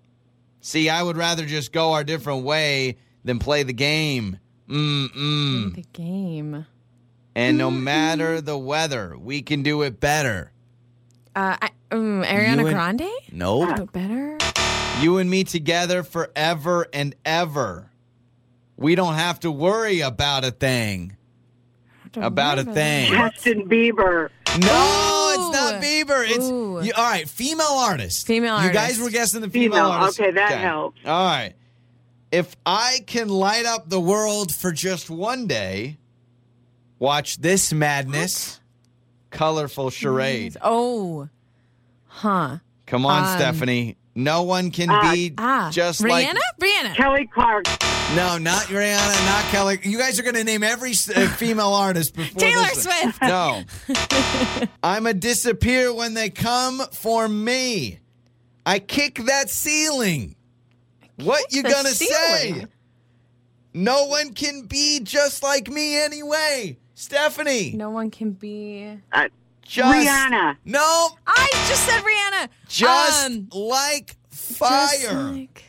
Speaker 2: See, I would rather just go our different way then play the game. Mm mm.
Speaker 3: The game.
Speaker 2: And no matter the weather, we can do it better.
Speaker 3: Uh, I, um, Ariana
Speaker 2: You and-
Speaker 3: Grande?
Speaker 2: Nope.
Speaker 3: No better?
Speaker 2: You and me together forever and ever. We don't have to worry about a thing.
Speaker 3: I don't
Speaker 2: About a
Speaker 3: remember
Speaker 2: thing.
Speaker 3: that.
Speaker 8: Justin Bieber.
Speaker 2: No,
Speaker 3: Ooh.
Speaker 2: it's not Bieber. It's
Speaker 3: Ooh.
Speaker 2: you, all right. Female artist.
Speaker 3: Female
Speaker 2: You guys
Speaker 3: artist.
Speaker 2: were guessing the female,
Speaker 8: Female,
Speaker 2: artist.
Speaker 8: okay, that helps.
Speaker 2: All right. If I can light up the world for just one day, watch this madness, colorful charade.
Speaker 3: Oh. Huh.
Speaker 2: Come on,
Speaker 3: Um,
Speaker 2: Stephanie. No one can
Speaker 8: Uh,
Speaker 2: be
Speaker 3: Ah.
Speaker 2: just like
Speaker 3: Rihanna? Rihanna.
Speaker 8: Kelly Clark.
Speaker 2: No, not Rihanna, not Kelly. You guys are going to name every uh, female artist before
Speaker 3: Taylor
Speaker 2: this-
Speaker 3: Swift.
Speaker 2: No, I'm a disappear when they come for me. I kick that ceiling. What you
Speaker 3: the
Speaker 2: gonna say?
Speaker 3: ceiling.
Speaker 2: No one can be just like me anyway. Stephanie,
Speaker 3: No one can be.
Speaker 8: Uh,
Speaker 2: just
Speaker 8: Rihanna.
Speaker 2: No,
Speaker 3: I just said Rihanna.
Speaker 2: just
Speaker 3: Um,
Speaker 2: like fire,
Speaker 3: just like-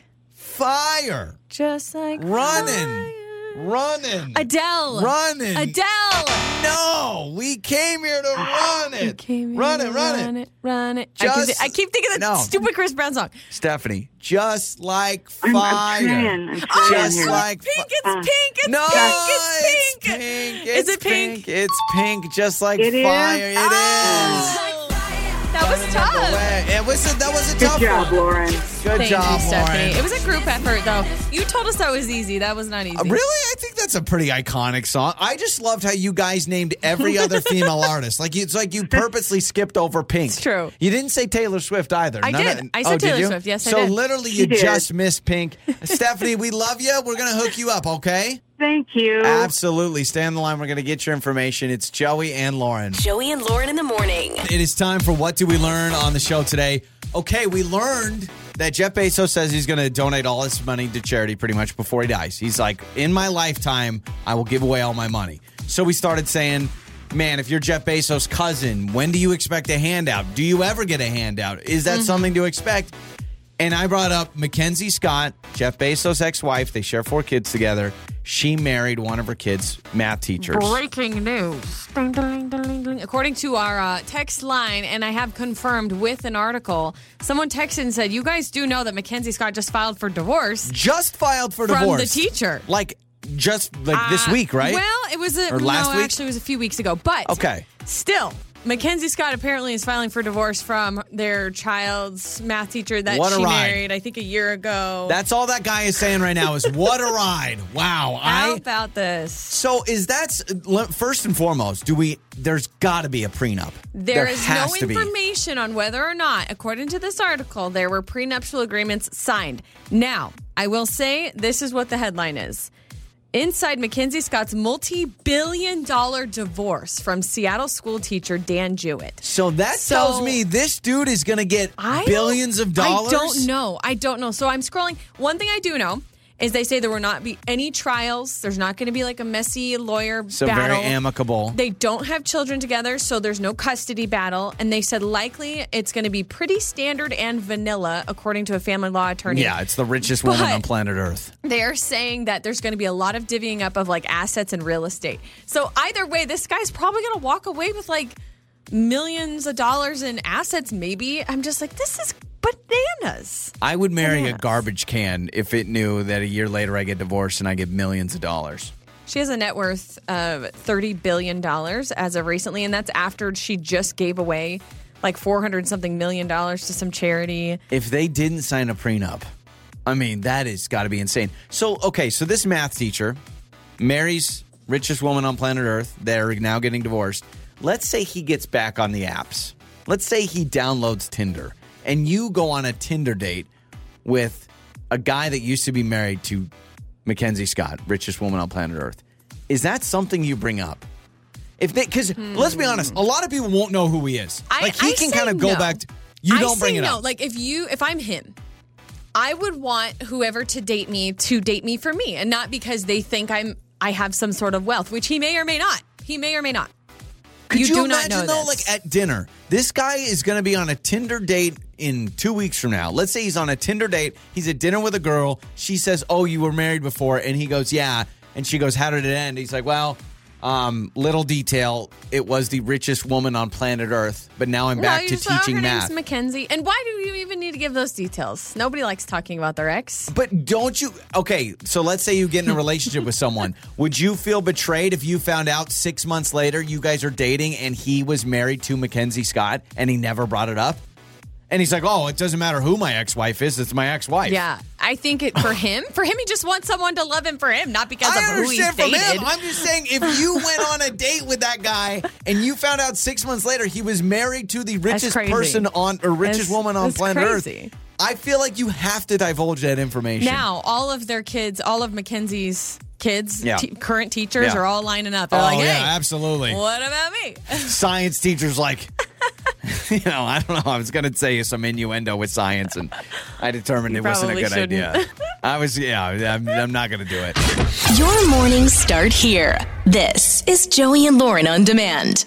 Speaker 2: fire,
Speaker 3: Just like
Speaker 2: running, running,
Speaker 3: Adele.
Speaker 2: running,
Speaker 3: Adele.
Speaker 2: No, we came here to run
Speaker 3: You
Speaker 2: it.
Speaker 3: came here
Speaker 2: run
Speaker 3: to
Speaker 2: it, run, it.
Speaker 3: Run it. I, keep,
Speaker 2: Just-
Speaker 3: thi- I keep thinking of that
Speaker 2: No.
Speaker 3: stupid Chris Brown song.
Speaker 2: Stephanie, just like
Speaker 8: I'm,
Speaker 2: fire.
Speaker 8: I'm trying. I'm trying
Speaker 2: Just
Speaker 8: here.
Speaker 2: like
Speaker 3: Pink,
Speaker 2: fi-
Speaker 3: Oh, it's
Speaker 8: Uh,
Speaker 3: pink, it's
Speaker 2: no,
Speaker 3: pink, it's pink.
Speaker 2: It's
Speaker 3: Is it pink?
Speaker 2: It's pink, just like
Speaker 8: It is?
Speaker 2: fire. It is.
Speaker 3: Oh, that was
Speaker 2: Coming up the
Speaker 3: tough.
Speaker 2: way. It was a, that was a
Speaker 8: Good
Speaker 2: tough
Speaker 8: job,
Speaker 2: one.
Speaker 8: Lauren.
Speaker 2: Good
Speaker 3: Thank
Speaker 2: job,
Speaker 3: you,
Speaker 2: Lauren.
Speaker 3: Stephanie. It was a group effort, though. You told us that was easy. That was not easy.
Speaker 2: Uh, Really, I think that's a pretty iconic song. I just loved how you guys named every other female artist. Like it's like you purposely skipped over Pink.
Speaker 3: It's true.
Speaker 2: You didn't say Taylor Swift either.
Speaker 3: I did. I
Speaker 2: oh,
Speaker 3: said
Speaker 2: did
Speaker 3: Taylor
Speaker 2: you?
Speaker 3: Swift. Yes, I
Speaker 2: so
Speaker 3: did.
Speaker 2: literally, you
Speaker 8: did.
Speaker 2: just missed Pink. Stephanie, we love you. We're gonna hook you up. Okay.
Speaker 8: Thank you.
Speaker 2: Absolutely. Stay on the line. We're gonna get your information. It's Joey and Lauren.
Speaker 1: Joey and Lauren in the morning.
Speaker 2: It is time for what do we learn on the show today? Okay, we learned that Jeff Bezos says he's going to donate all his money to charity pretty much before he dies. He's like, in my lifetime, I will give away all my money. So we started saying, man, if you're Jeff Bezos' cousin, when do you expect a handout? Do you ever get a handout? Is that something to expect? And I brought up Mackenzie Scott, Jeff Bezos' ex wife. They share four kids together. She married one of her kids' math teachers.
Speaker 3: Breaking news. Ding, ding, ding, ding, ding. According to our uh, text line, and I have confirmed with an article, someone texted and said, You guys do know that Mackenzie Scott just filed for divorce
Speaker 2: Just filed for
Speaker 3: from
Speaker 2: divorce.
Speaker 3: the teacher.
Speaker 2: like just like this
Speaker 3: Uh,
Speaker 2: week, right?
Speaker 3: Well, it was a,
Speaker 2: Or last
Speaker 3: no,
Speaker 2: week?
Speaker 3: actually, it was a few weeks ago. But
Speaker 2: Okay.
Speaker 3: still, Mackenzie Scott apparently is filing for divorce from their child's math teacher that
Speaker 2: What a
Speaker 3: she
Speaker 2: ride.
Speaker 3: married, I think, a year ago.
Speaker 2: That's all that guy is saying right now is what a ride. Wow.
Speaker 3: How
Speaker 2: I
Speaker 3: about this?
Speaker 2: So is that's first and foremost, do we there's got to be a prenup.
Speaker 3: there is no
Speaker 2: has to be.
Speaker 3: information on whether or not, according to this article, there were prenuptial agreements signed. Now, I will say this is what the headline is. Inside Mackenzie Scott's multi billion dollar divorce from Seattle school teacher Dan Jewett.
Speaker 2: So that
Speaker 3: So-
Speaker 2: tells me this dude is going to get
Speaker 3: I don't-
Speaker 2: billions of dollars.
Speaker 3: I don't know. I don't know. So I'm scrolling. One thing I do know is they say there will not be any trials. There's not going to be like a messy lawyer
Speaker 2: So
Speaker 3: battle.
Speaker 2: very amicable.
Speaker 3: They don't have children together, so there's no custody battle. And they said likely it's going to be pretty standard and vanilla, according to a family law attorney.
Speaker 2: yeah, it's the richest woman
Speaker 3: But-
Speaker 2: on planet Earth.
Speaker 3: They're saying that there's going to be a lot of divvying up of like assets and real estate. So either way, this guy's probably going to walk away with like millions of dollars in assets, maybe. I'm just like, this is bananas.
Speaker 2: I would marry a
Speaker 3: Bananas.
Speaker 2: garbage can if it knew that a year later I get divorced and I get millions of dollars.
Speaker 3: She has a net worth of $30 billion as of recently, and that's after she just gave away like 400 something million dollars to some charity.
Speaker 2: if they didn't sign a prenup, I mean, that is got to be insane. So, okay, so this math teacher marries richest woman on planet Earth. They're now getting divorced. Let's say he gets back on the apps. Let's say he downloads Tinder and you go on a Tinder date with a guy that used to be married to Mackenzie Scott, richest woman on planet Earth. Is that something you bring up? If they, because let's be honest, a lot of people won't know who he is.
Speaker 3: I-
Speaker 2: like he
Speaker 3: I
Speaker 2: can
Speaker 3: say
Speaker 2: kind of go
Speaker 3: no.
Speaker 2: back. To, you
Speaker 3: I
Speaker 2: don't
Speaker 3: say
Speaker 2: bring it
Speaker 3: no.
Speaker 2: up.
Speaker 3: Like if you, if I'm him, I would want whoever to date me to date me for me, and not because they think I'm I have some sort of wealth, which he may or may not. He may or may not.
Speaker 2: Could
Speaker 3: You
Speaker 2: you,
Speaker 3: do not
Speaker 2: imagine
Speaker 3: know
Speaker 2: though,
Speaker 3: this.
Speaker 2: like at dinner, this guy is going to be on a Tinder date in two weeks from now. Let's say he's on a Tinder date. He's at dinner with a girl. She says, "Oh, you were married before," and he goes, "Yeah." And she goes, "How did it end?" He's like, "Well." Um, little detail, it was the richest woman on planet Earth, but now I'm back
Speaker 3: no,
Speaker 2: to
Speaker 3: you saw
Speaker 2: teaching
Speaker 3: her
Speaker 2: math.
Speaker 3: name's Mackenzie. And why do you even need to give those details? Nobody likes talking about their ex.
Speaker 2: But don't you? Okay, so let's say you get in a relationship with someone. Would you feel betrayed if you found out six months later you guys are dating and he was married to Mackenzie Scott and he never brought it up? And he's like, oh, it doesn't matter who my ex wife is, it's my ex wife.
Speaker 3: Yeah, I think it for him. For him, he just wants someone to love him for him, not because
Speaker 2: I
Speaker 3: of who he's
Speaker 2: understand from
Speaker 3: dated.
Speaker 2: him. I'm just saying, if you went on a date with that guy and you found out six months later he was married to the richest
Speaker 3: crazy.
Speaker 2: person on or richest
Speaker 3: That's-
Speaker 2: woman on
Speaker 3: that's
Speaker 2: planet
Speaker 3: crazy.
Speaker 2: Earth, I feel like you have to divulge that information.
Speaker 3: Now, all of their kids, all of Mackenzie's kids,
Speaker 2: Yeah.
Speaker 3: te- current teachers,
Speaker 2: Yeah.
Speaker 3: are all lining up.
Speaker 2: oh
Speaker 3: They're like, hey,
Speaker 2: yeah, absolutely.
Speaker 3: what about me?
Speaker 2: science teacher's like, you know, I don't know. I was going to say some innuendo with science, and I determined
Speaker 3: You
Speaker 2: it wasn't a
Speaker 3: probably
Speaker 2: good idea. I was, yeah, I'm, I'm not going to do it.
Speaker 1: Your mornings start here. This is Joey and Lauren on demand.